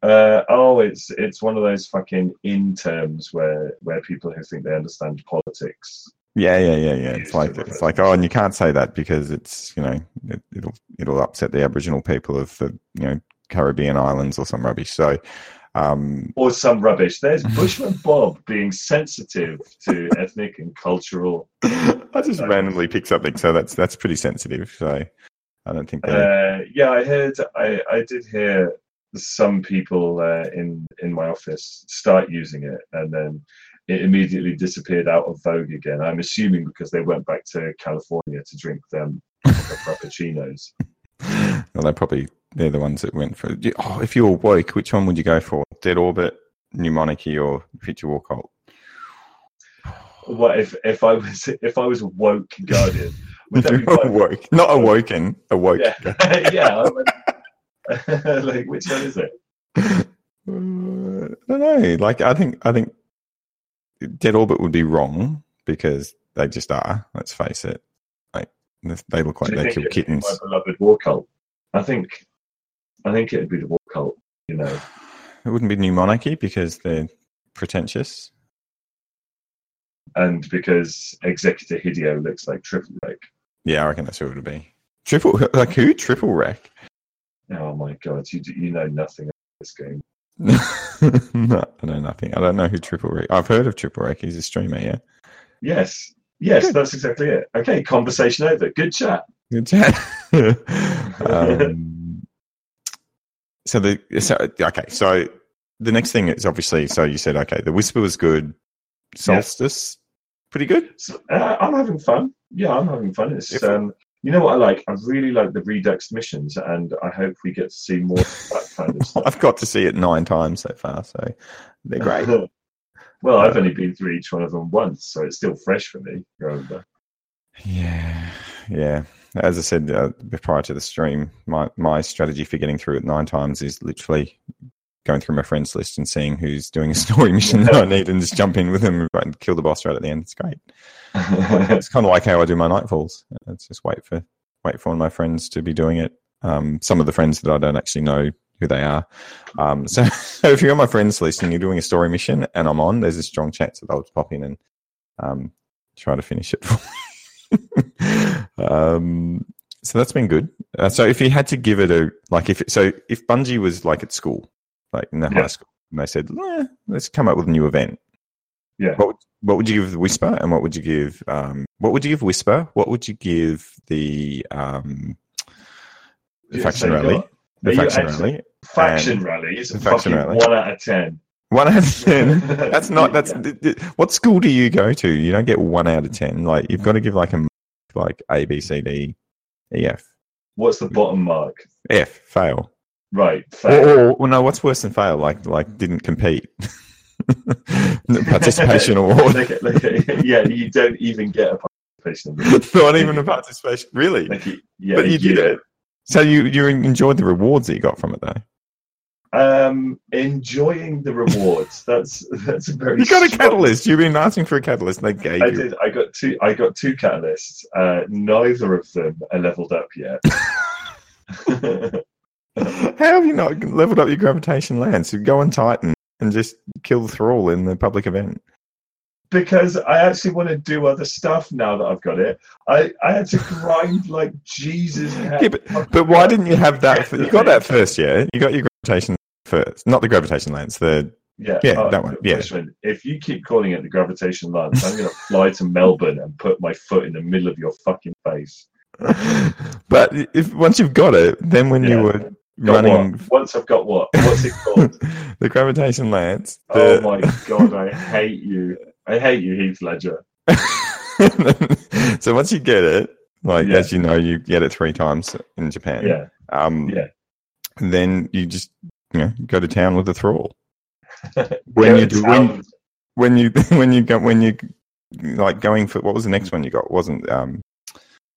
[SPEAKER 1] Uh, oh, it's it's one of those fucking in terms where where people who think they understand politics.
[SPEAKER 2] Yeah, yeah, yeah, yeah.
[SPEAKER 1] Used
[SPEAKER 2] It's
[SPEAKER 1] to
[SPEAKER 2] like
[SPEAKER 1] the
[SPEAKER 2] it's like oh, and you can't say that because it's you know it, it'll it'll upset the Aboriginal people of the you know Caribbean islands or some rubbish. So, um,
[SPEAKER 1] or some rubbish.
[SPEAKER 2] <laughs>
[SPEAKER 1] There's Bushman Bob being sensitive to ethnic and cultural.
[SPEAKER 2] <laughs> I just randomly pick something. So that's that's pretty sensitive. So I don't think they.
[SPEAKER 1] Uh, yeah, I heard. I, I did hear some people uh, in in my office start using it, and then it immediately disappeared out of vogue again. I'm assuming because they went back to California to drink them
[SPEAKER 2] <laughs>
[SPEAKER 1] frappuccinos.
[SPEAKER 2] well, they probably they're the ones that went for. Oh, if you were woke, which one would you go for? Dead orbit, new monarchy, or future war cult?
[SPEAKER 1] What if if I was if I was woke guardian? Would that be
[SPEAKER 2] You're
[SPEAKER 1] fun?
[SPEAKER 2] <laughs> woke, not awoken, awoke.
[SPEAKER 1] Yeah, <laughs> yeah. I would- <laughs> like which one is it?
[SPEAKER 2] Uh, I don't know. Like, I think I think Dead Orbit would be wrong because they just are. Let's face it. Like, th- they look like
[SPEAKER 1] Do you
[SPEAKER 2] they
[SPEAKER 1] think
[SPEAKER 2] kill
[SPEAKER 1] it'd be
[SPEAKER 2] kittens.
[SPEAKER 1] My beloved war cult. I think, I think it'd be the war cult. You know,
[SPEAKER 2] It wouldn't be New Monarchy because they're pretentious.
[SPEAKER 1] and because Executor Hideo looks like Triple Wreck.
[SPEAKER 2] Yeah, I reckon that's who it would be. Triple, <laughs> like who? Triple wreck. <laughs>
[SPEAKER 1] Oh my god, you do- you know nothing about this game.
[SPEAKER 2] no, I know nothing. I don't know who Triple Wreck. I've heard of Triple Wreck. He's a streamer. Yeah.
[SPEAKER 1] Yes, yes,
[SPEAKER 2] Good.
[SPEAKER 1] that's exactly it. Okay, conversation over. Good chat.
[SPEAKER 2] Good chat. um, so the so okay. So the next thing is obviously. So you said okay. The whisper was good. Solstice, pretty good.
[SPEAKER 1] So, uh, I'm having fun. Yeah, I'm having fun. It's
[SPEAKER 2] If-
[SPEAKER 1] um, you know what I like. I really like the Redux missions, and I hope we get to see more of that kind
[SPEAKER 2] <laughs>
[SPEAKER 1] of stuff.
[SPEAKER 2] I've got to see it nine times so far. So they're great.
[SPEAKER 1] <laughs> well, I've only been through each one of them once, so it's still fresh for me. Remember.
[SPEAKER 2] yeah, yeah. As I said uh, prior to the stream, my my strategy for getting through it nine times is literally going through my friends list and seeing who's doing a <laughs> story mission that I need and just jump in with them and kill the boss right at the end. It's great. <laughs> it's kind of like how I do my nightfalls. It's just wait for wait for one of my friends to be doing it. Um, some of the friends that I don't actually know who they are. Um, so, <laughs> so if you're on my friends list and you're doing a story mission and I'm on, there's a strong chance that I'll pop in and um, try to finish it. <laughs> For me. um, so that's been good. Uh, so if you had to give it a like, if so, if Bungie was like at school, like in the
[SPEAKER 1] Yeah.
[SPEAKER 2] high school, and they said, "Eh, "Let's come up with a new event,"
[SPEAKER 1] Yeah.
[SPEAKER 2] What would, what would you give the Whisper, and what would you give? Um, what would you give Whisper? What would you give the um, the
[SPEAKER 1] Yeah,
[SPEAKER 2] faction
[SPEAKER 1] so you
[SPEAKER 2] rally?
[SPEAKER 1] got-
[SPEAKER 2] The
[SPEAKER 1] you
[SPEAKER 2] faction
[SPEAKER 1] actually-
[SPEAKER 2] rally.
[SPEAKER 1] Faction
[SPEAKER 2] And-
[SPEAKER 1] rally is a
[SPEAKER 2] the faction
[SPEAKER 1] fucking
[SPEAKER 2] rally.
[SPEAKER 1] one out of ten. <laughs>
[SPEAKER 2] One out of ten. That's not. That's th- th- what school do you go to? You don't get one out of ten. Like you've got to give like a m- like A B C D E F
[SPEAKER 1] What's the bottom mark?
[SPEAKER 2] F fail.
[SPEAKER 1] Right. fair.
[SPEAKER 2] Or, or well, no, what's worse than fail? Like like didn't compete. <laughs>
[SPEAKER 1] <laughs>
[SPEAKER 2] Participation award.
[SPEAKER 1] Like, like, <laughs> yeah, you don't even get a participation. award.
[SPEAKER 2] Not even a participation. Really.
[SPEAKER 1] Like, you- yeah,
[SPEAKER 2] but you did
[SPEAKER 1] you-
[SPEAKER 2] it. So you you enjoyed the rewards that you got from it though.
[SPEAKER 1] Um, enjoying the rewards. That's that's a very.
[SPEAKER 2] You got a
[SPEAKER 1] strong-
[SPEAKER 2] catalyst. You've been asking for a catalyst. They gave
[SPEAKER 1] I
[SPEAKER 2] you.
[SPEAKER 1] did. I got two. I got two catalysts. Uh, neither of them are leveled up
[SPEAKER 2] <laughs>
[SPEAKER 1] yet.
[SPEAKER 2] <laughs>
[SPEAKER 1] <laughs>
[SPEAKER 2] How have you not leveled up your gravitation lands? You go on Titan and just kill Thrall in the public event.
[SPEAKER 1] because I actually want to do other stuff now that I've got it. I, I had to grind like Jesus.
[SPEAKER 2] Yeah, but, but why didn't you have that? For, you got that first, yeah? You got your gravitation first. Not the gravitation lands, the <laughs>
[SPEAKER 1] Yeah,
[SPEAKER 2] Yeah, that one, yeah.
[SPEAKER 1] Bushman, if you keep calling it the gravitation lance, I'm going to <laughs> fly to Melbourne and put my foot in the middle of your fucking face.
[SPEAKER 2] but if once you've got it, then when
[SPEAKER 1] Yeah.
[SPEAKER 2] you were
[SPEAKER 1] Got
[SPEAKER 2] running
[SPEAKER 1] what? Once I've got what? What's it called?
[SPEAKER 2] the gravitation lance,
[SPEAKER 1] oh
[SPEAKER 2] <laughs> the, <laughs>
[SPEAKER 1] my god, I hate you. I hate you, Heath Ledger.
[SPEAKER 2] <laughs> so once you get it, like
[SPEAKER 1] Yeah.
[SPEAKER 2] as you know, you get it three times in Japan.
[SPEAKER 1] Yeah,
[SPEAKER 2] Um,
[SPEAKER 1] Yeah.
[SPEAKER 2] Then you just you know go to town with
[SPEAKER 1] <laughs>
[SPEAKER 2] a thrall. when you do, when, when you <laughs> when you go when you like going for what was the next one you got? Wasn't um,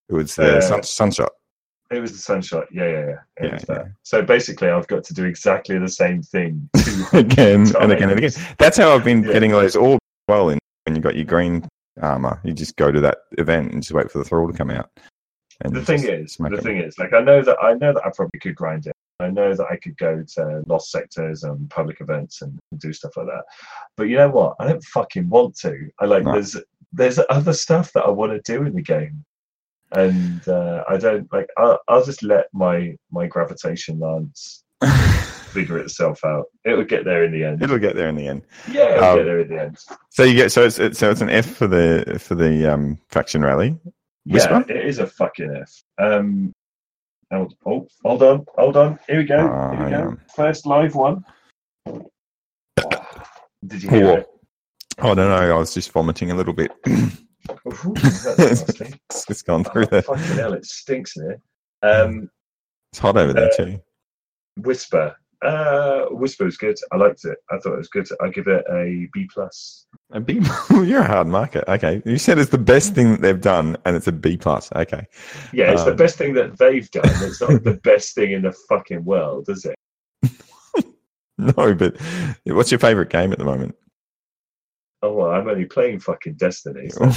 [SPEAKER 2] it was the
[SPEAKER 1] Uh,
[SPEAKER 2] sun, sunshot. <laughs>
[SPEAKER 1] it was the sunshot. Yeah, yeah, yeah. It
[SPEAKER 2] Yeah,
[SPEAKER 1] was that. So basically, I've got to do exactly the same thing. Two
[SPEAKER 2] <laughs> again and again and again.
[SPEAKER 1] times.
[SPEAKER 2] That's how I've been
[SPEAKER 1] Yeah.
[SPEAKER 2] getting all those orbs as well in when you got your green armor. You just go to that event and just wait for the thrall to come out.
[SPEAKER 1] And the thing is, the
[SPEAKER 2] <laughs>
[SPEAKER 1] thing is, like I know that I know that I probably could grind it. I know that I could go to lost sectors and public events and do stuff like that. But you know what? I don't fucking want to. I like no. there's there's other stuff that I want to do in the game, and uh, I don't like. I'll, I'll just let my my gravitation lance figure itself out. It'll get there in the end.
[SPEAKER 2] It'll get there in the end.
[SPEAKER 1] Yeah, it'll um, get there in the end.
[SPEAKER 2] So you get so it's, it's so it's an F for the for the um, faction rally.
[SPEAKER 1] Whisper? Yeah, it is a fucking F. Um, hold, oh, hold on, hold on. Here we go. Uh, Here we go. Yeah. First live one. Did you hear oh. it?
[SPEAKER 2] I don't know. I was just vomiting a little bit. <clears throat>
[SPEAKER 1] Ooh, <laughs> it's,
[SPEAKER 2] it's gone through oh, there.
[SPEAKER 1] Fucking hell, it stinks in here. Um,
[SPEAKER 2] it's hot over there uh, too.
[SPEAKER 1] Whisper. Uh, Whisper was good. I liked it. I thought it was good. I give it a B plus.
[SPEAKER 2] A B. <laughs> You're a hard market. Okay, you said it's the best thing that they've done, and it's a B plus. Okay. <laughs>
[SPEAKER 1] Yeah, it's um, the best thing that they've done. It's <laughs> not the best thing in the fucking world, is
[SPEAKER 2] it? no, but what's your favorite game at the moment? <laughs>
[SPEAKER 1] Oh, well, I'm only playing fucking Destiny. So,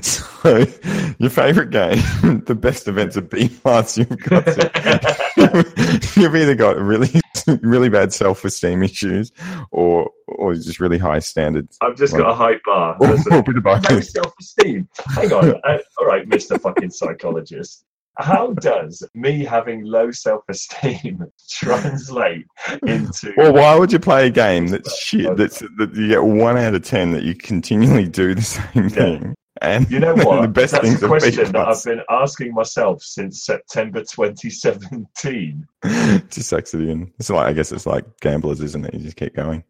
[SPEAKER 2] so your favorite game, <laughs> the best events of B class you've got.
[SPEAKER 1] <laughs>
[SPEAKER 2] To, <laughs> you've either got really, <laughs> really bad self-esteem issues, or or just really high standards.
[SPEAKER 1] I've just like, got a high bar. <laughs> Oh, a, no self-esteem. Hang <laughs> on. I, all right, Mister Fucking Psychologist. How does me having low self-esteem <laughs> translate into?
[SPEAKER 2] Well, why would you play a game that's shit? That's that you get one out of ten that you continually do the <laughs> same thing. Yeah. And
[SPEAKER 1] you know what? <laughs> The best That's a question that I've been asking myself since September 2017.
[SPEAKER 2] <laughs> just Exidian. It's like I guess it's like gamblers, isn't it? You just keep going.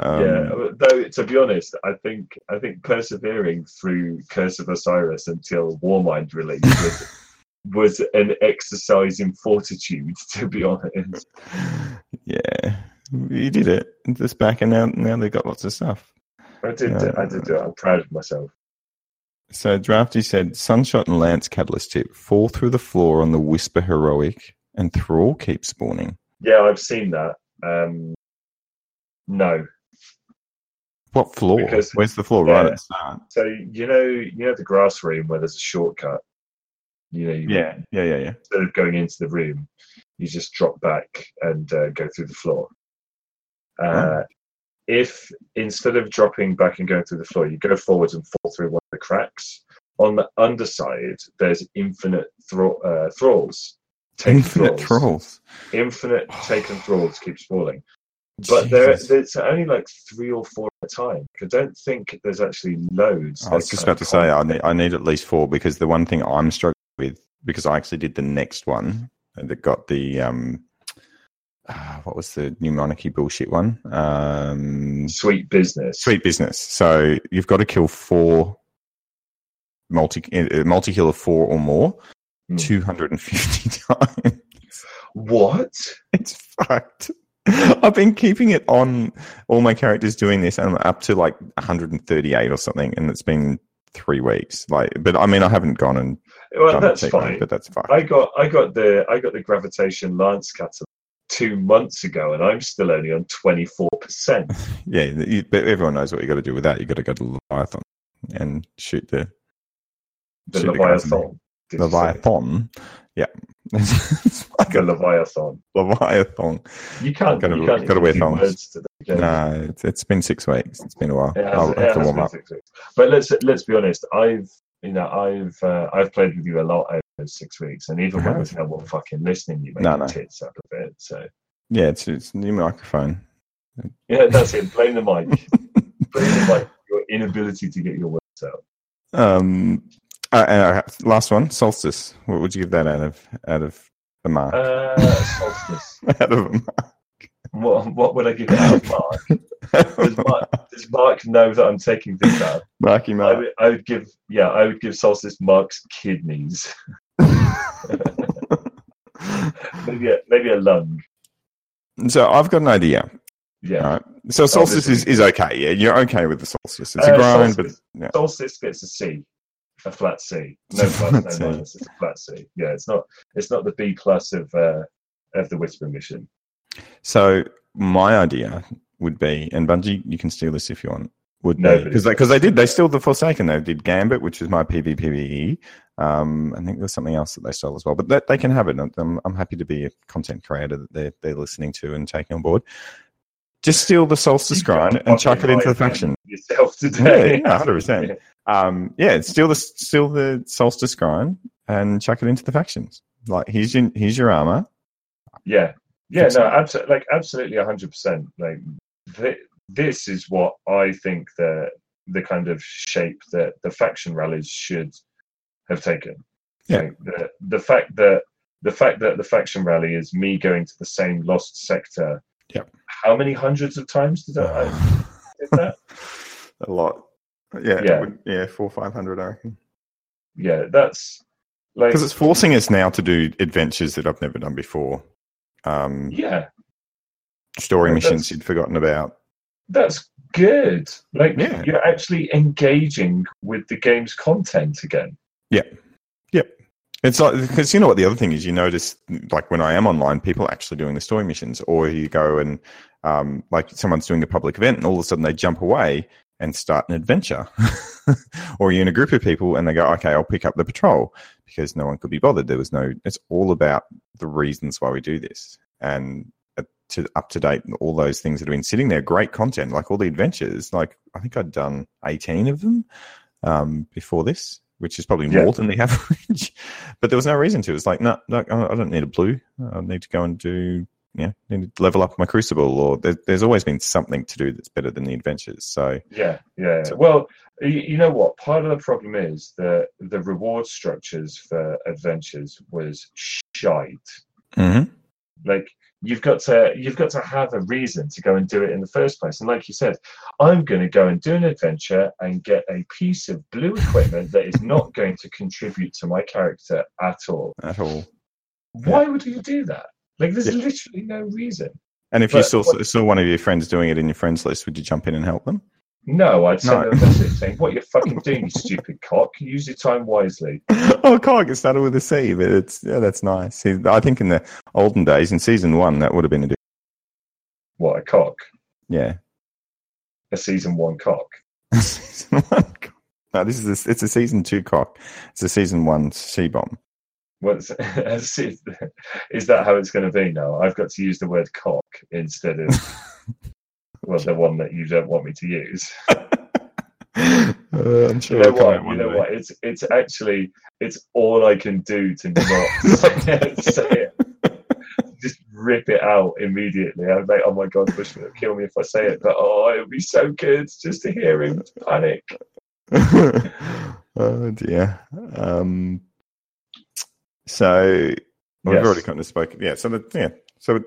[SPEAKER 1] Um, yeah, though to be honest, I think I think persevering through Curse of Osiris until Warmind release was, <laughs> was an exercise in fortitude. To be honest.
[SPEAKER 2] Yeah, you did it. Just back, and now now they've got lots of stuff.
[SPEAKER 1] I did. Uh, I did do it. I'm proud of myself.
[SPEAKER 2] So Drafty said, Sunshot and Lance Catalyst tip, fall through the floor on the Whisper Heroic and Thrall keep spawning.
[SPEAKER 1] Yeah, I've seen that. Um, no.
[SPEAKER 2] What floor? Because, Where's the floor? Yeah. Right at the start.
[SPEAKER 1] So you know you know the grass room where there's a shortcut. You know, you,
[SPEAKER 2] yeah, yeah, yeah, yeah.
[SPEAKER 1] Instead of going into the room, you just drop back and uh, go through the floor. Uh, oh if instead of dropping back and going through the floor, you go forwards and fall through one of the cracks, on the underside, there's infinite thro- uh, thralls.
[SPEAKER 2] <laughs> infinite thralls. thralls. <sighs>
[SPEAKER 1] Infinite taken thralls keeps falling. But there, there's only like three or four at a time. I don't think there's actually loads.
[SPEAKER 2] I was just about to say, I need, I need at least four because the one thing I'm struggling with, because I actually did the next one that got the. Um, uh, what was the new monarchy bullshit one? Um,
[SPEAKER 1] sweet business.
[SPEAKER 2] Sweet business. So you've got to kill four multi multi kill of four or more, mm. two hundred and fifty <laughs> times.
[SPEAKER 1] What?
[SPEAKER 2] <laughs> It's fucked. I've been keeping it on all my characters doing this, and I'm up to like 138 or something, and it's been three weeks. Like, but I mean, I haven't gone and
[SPEAKER 1] well, that's fine.
[SPEAKER 2] But that's fine.
[SPEAKER 1] I got, I got the, I got the gravitation lance cutter two months ago, and I'm still only on
[SPEAKER 2] <laughs>
[SPEAKER 1] 24%.
[SPEAKER 2] yeah, you, but everyone knows what you got to do with that. You got to go to Leviathan and shoot the,
[SPEAKER 1] the shoot Leviathan.
[SPEAKER 2] The Leviathan. Yeah. <laughs>
[SPEAKER 1] like a Leviathan.
[SPEAKER 2] Leviathan.
[SPEAKER 1] You can't, gotta, you can't gotta wear thongs.
[SPEAKER 2] No, it's, it's been six weeks. It's been a while. Has, I'll have to warm up.
[SPEAKER 1] But let's let's be honest. I've you know I've uh, I've played with you a lot six weeks. And even when there's no one fucking listening, you make no, no. tits up a bit. So
[SPEAKER 2] yeah, it's it's new microphone.
[SPEAKER 1] Yeah, that's it. Blame the
[SPEAKER 2] <laughs>
[SPEAKER 1] mic. Blame the mic. Your inability to get your words out.
[SPEAKER 2] Um. Uh, uh, last one, solstice. What would you give that out of out of the mark?
[SPEAKER 1] Uh, solstice.
[SPEAKER 2] <laughs> out of a mark.
[SPEAKER 1] What what would I give out of mark? does,
[SPEAKER 2] <laughs>
[SPEAKER 1] mark does Mark know that I'm taking this out?
[SPEAKER 2] Marky Mark.
[SPEAKER 1] I would, I would give yeah, I would give solstice Mark's kidneys. <laughs> maybe a, maybe a lung.
[SPEAKER 2] So I've got an idea.
[SPEAKER 1] Yeah. Right.
[SPEAKER 2] So solstice oh, is, is okay. Yeah, you're okay with the solstice. It's uh, a grind,
[SPEAKER 1] solstice,
[SPEAKER 2] but yeah.
[SPEAKER 1] solstice gets a C, a flat
[SPEAKER 2] <laughs>
[SPEAKER 1] C. No plus, no C. minus. It's a flat C. Yeah, it's not. It's not the B plus of uh, of the Whisper mission.
[SPEAKER 2] So my idea would be, and Bungie, you can steal this if you want. would
[SPEAKER 1] Nobody.
[SPEAKER 2] because because they, did they still the Forsaken they did Gambit which is my PvPvE. E. Um, I think there's something else that they stole as well, but that, they can have it. and I'm, I'm happy to be a content creator that they're they're listening to and taking on board. Just steal the Solstice Grind and chuck it into the faction.
[SPEAKER 1] yourself
[SPEAKER 2] Yeah,
[SPEAKER 1] today.
[SPEAKER 2] yeah,
[SPEAKER 1] <laughs>
[SPEAKER 2] hundred percent. Um, yeah, steal the steal the Solstice Grind and chuck it into the factions. Like here's your here's your armor.
[SPEAKER 1] Yeah, yeah, no,
[SPEAKER 2] Excellent.
[SPEAKER 1] absolutely, like absolutely, hundred percent. Like th- this is what I think the the kind of shape that the faction rallies should have taken.
[SPEAKER 2] Yeah.
[SPEAKER 1] Like, the the fact that the fact that the faction rally is me going to the same lost sector.
[SPEAKER 2] Yep. Uh.
[SPEAKER 1] How many hundreds of times did I I did that?
[SPEAKER 2] a lot. Yeah,
[SPEAKER 1] Yeah.
[SPEAKER 2] yeah, yeah four five hundred. I reckon.
[SPEAKER 1] yeah, that's like
[SPEAKER 2] because it's forcing us now to do adventures that I've never done before, um,
[SPEAKER 1] yeah,
[SPEAKER 2] story
[SPEAKER 1] Yeah, that's-
[SPEAKER 2] missions you'd forgotten about.
[SPEAKER 1] that's good. Like
[SPEAKER 2] Yeah.
[SPEAKER 1] you're actually engaging with the game's content again.
[SPEAKER 2] It's like because you know what the other thing is. You notice like when I am online, people are actually doing the story missions, or you go and um, like someone's doing a public event, and all of a sudden they jump away and start an adventure, <laughs> or you're in a group of people and they go, "Okay, I'll pick up the patrol," because no one could be bothered. There was no. It's all about the reasons why we do this, and uh, to up to date and all those things that have been sitting there. Great content, like all the adventures. Like I think I'd done eighteen of them um, before this, which is probably
[SPEAKER 1] Yeah.
[SPEAKER 2] more than the average. <laughs> but there was no reason to. It's like, no, no, I I don't need a blue. I need to go and do, yeah, need to level up my crucible. Or there, there's always been something to do that's better than the adventures. So
[SPEAKER 1] Yeah, yeah.
[SPEAKER 2] So-
[SPEAKER 1] Well, y- you know what? Part of the problem is that the reward structures for adventures was shite. Mm-hmm. Like you've got to you've got to have a reason to go and do it in the first place. And like you said, I'm going to go and do an adventure and get a piece of blue equipment that is
[SPEAKER 2] <laughs>
[SPEAKER 1] not going to contribute to my character at all.
[SPEAKER 2] at all.
[SPEAKER 1] why would you do that? Like, there's
[SPEAKER 2] Yeah.
[SPEAKER 1] literally no reason.
[SPEAKER 2] And if you
[SPEAKER 1] But
[SPEAKER 2] saw
[SPEAKER 1] what-
[SPEAKER 2] saw one of your friends doing it in your friends list, would you jump in and help them? <laughs>
[SPEAKER 1] No, I'd send
[SPEAKER 2] No.
[SPEAKER 1] them a message saying, "What you fucking doing, you stupid cock? Use your time wisely."
[SPEAKER 2] oh, cog! It started with a C, but it's yeah, that's nice. See, I think in the olden days, in season one, that would have been a
[SPEAKER 1] What a cock!
[SPEAKER 2] yeah. <laughs>
[SPEAKER 1] A season one cock.
[SPEAKER 2] Season one. No, this is a, it's a season two cock. It's a season one C <laughs> bomb.
[SPEAKER 1] What's <laughs> is is that how it's going to be now? I've got to use the word cock instead of well, the one that you don't want me to use.
[SPEAKER 2] Uh, I'm
[SPEAKER 1] You
[SPEAKER 2] sure
[SPEAKER 1] know
[SPEAKER 2] it'll come
[SPEAKER 1] what?
[SPEAKER 2] out
[SPEAKER 1] You
[SPEAKER 2] one
[SPEAKER 1] know
[SPEAKER 2] day.
[SPEAKER 1] what? It's it's actually it's all I can do to not <laughs> say it. Just rip it out immediately. I'm like, oh my god, Bushman will kill me if I say it. But oh, it would be so good just to hear him panic.
[SPEAKER 2] <laughs> oh dear. Um, so well,
[SPEAKER 1] Yes.
[SPEAKER 2] we've already kind of spoken. Yeah. So that, yeah. So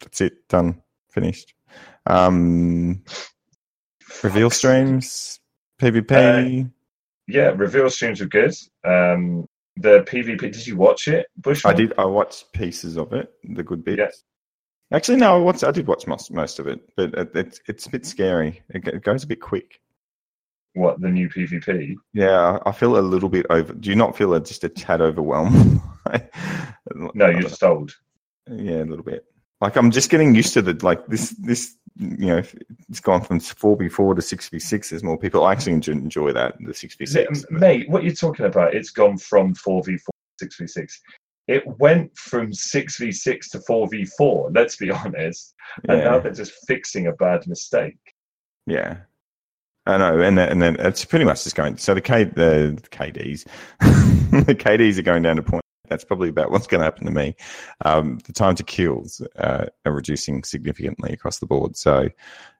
[SPEAKER 2] that's it. Done. Finished. Um, reveal streams. PvP.
[SPEAKER 1] Yeah, reveal streams were good. Um, the PvP. Did you watch it, Bushman?
[SPEAKER 2] I did. I watched pieces of it. The good bits.
[SPEAKER 1] Yes.
[SPEAKER 2] Actually, no. I watched. I did watch most most of it, but it, it's it's a bit scary. It, go- it goes a bit quick.
[SPEAKER 1] What the new PvP?
[SPEAKER 2] Yeah, I I feel a little bit over. Do you not feel a, just a tad overwhelmed? <laughs>
[SPEAKER 1] No, you're just old.
[SPEAKER 2] Yeah, a little bit. Like I'm just getting used to the like this this you know it's gone from four b four to six b six. There's more people. I actually enjoy, enjoy that the six b six.
[SPEAKER 1] Mate, what you're talking about? It's gone from four v four to six v six. It went from six v six to four v four. Let's be <laughs> honest. And now
[SPEAKER 2] Yeah,
[SPEAKER 1] they're just fixing a bad mistake.
[SPEAKER 2] yeah. I know, and then, and then it's pretty much just going. So the K the KDs, <laughs> the KDs are going down to point. That's probably about what's going to happen to me. Um, the time to kills uh, are reducing significantly across the board. So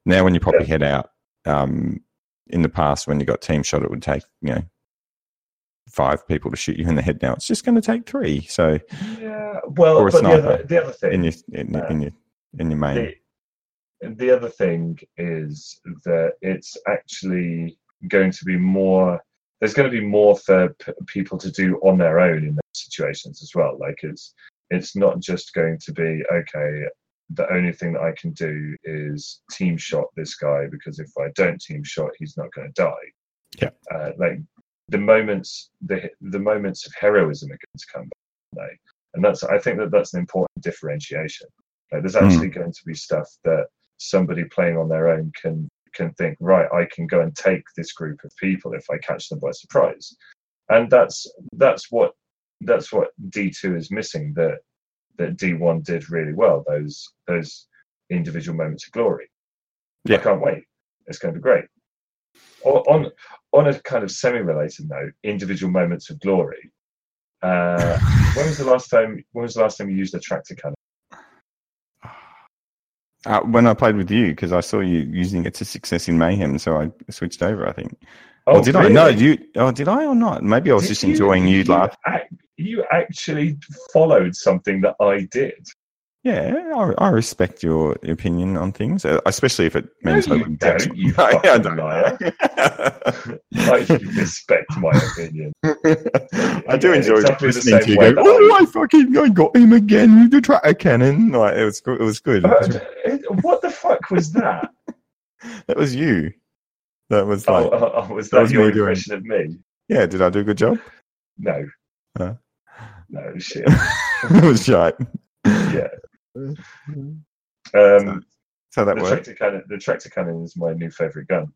[SPEAKER 2] now, when you pop your head out, um, in the past when you got team shot, it would take you know five people to shoot you in the head. Now it's just going to take three. So
[SPEAKER 1] Yeah. Well,
[SPEAKER 2] Or
[SPEAKER 1] but
[SPEAKER 2] a
[SPEAKER 1] the
[SPEAKER 2] sniper.
[SPEAKER 1] other, the other
[SPEAKER 2] in
[SPEAKER 1] thing,
[SPEAKER 2] your in, your- in your in your main,
[SPEAKER 1] the, the other thing is that it's actually going to be more. There's going to be more for p- people to do on their own in those situations as well. Like it's it's not just going to be okay. The only thing that I can do is team shot this guy because if I don't team shot, he's not going to die.
[SPEAKER 2] Yeah.
[SPEAKER 1] Uh, like the moments the the moments of heroism are going to come back, aren't they? and that's I think that that's an important
[SPEAKER 2] Hmm.
[SPEAKER 1] differentiation. Like, there's actually going to be stuff that somebody playing on their own can can think, right, I can go and take this group of people if I catch them by surprise. And that's that's what that's what D two is missing that that D one did really well, those those individual moments of glory.
[SPEAKER 2] Yeah.
[SPEAKER 1] I can't wait. It's going to be great. O- On on a kind of semi related note, individual moments of glory. Uh, when was the last time? When was the last time you used a tractor cannon?
[SPEAKER 2] Uh, when I played with you, because I saw you using it to success in Mayhem, so I switched over. I think. Oh, did I? No,
[SPEAKER 1] really?
[SPEAKER 2] you. Oh, did I or not? Maybe I was
[SPEAKER 1] Did
[SPEAKER 2] just enjoying you, laugh.
[SPEAKER 1] ac- you actually followed something that I did.
[SPEAKER 2] Yeah, I, I respect your opinion on things, uh, especially if it
[SPEAKER 1] No,
[SPEAKER 2] means I
[SPEAKER 1] you
[SPEAKER 2] look
[SPEAKER 1] don't,
[SPEAKER 2] back-
[SPEAKER 1] you
[SPEAKER 2] <laughs> I, I
[SPEAKER 1] fucking
[SPEAKER 2] don't.
[SPEAKER 1] liar. I you respect my opinion.
[SPEAKER 2] <laughs> I do
[SPEAKER 1] Yeah,
[SPEAKER 2] enjoy
[SPEAKER 1] exactly the
[SPEAKER 2] listening to
[SPEAKER 1] same
[SPEAKER 2] you
[SPEAKER 1] way
[SPEAKER 2] go.
[SPEAKER 1] that
[SPEAKER 2] Oh,
[SPEAKER 1] I-
[SPEAKER 2] I fucking I got him again with the tractor cannon. Like it was, go- it was <laughs> good.
[SPEAKER 1] Uh, what the fuck was that?
[SPEAKER 2] <laughs> That was you. That was like,
[SPEAKER 1] Oh, oh, oh, was
[SPEAKER 2] that
[SPEAKER 1] that,
[SPEAKER 2] was
[SPEAKER 1] your
[SPEAKER 2] me doing-
[SPEAKER 1] impression of me?
[SPEAKER 2] yeah. Did I do a good job? <laughs>
[SPEAKER 1] No.
[SPEAKER 2] Huh?
[SPEAKER 1] No shit.
[SPEAKER 2] it was shite.
[SPEAKER 1] Yeah. Um,
[SPEAKER 2] <laughs> So that
[SPEAKER 1] the
[SPEAKER 2] worked.
[SPEAKER 1] tractor cannon. The tractor cannon is my new favorite gun.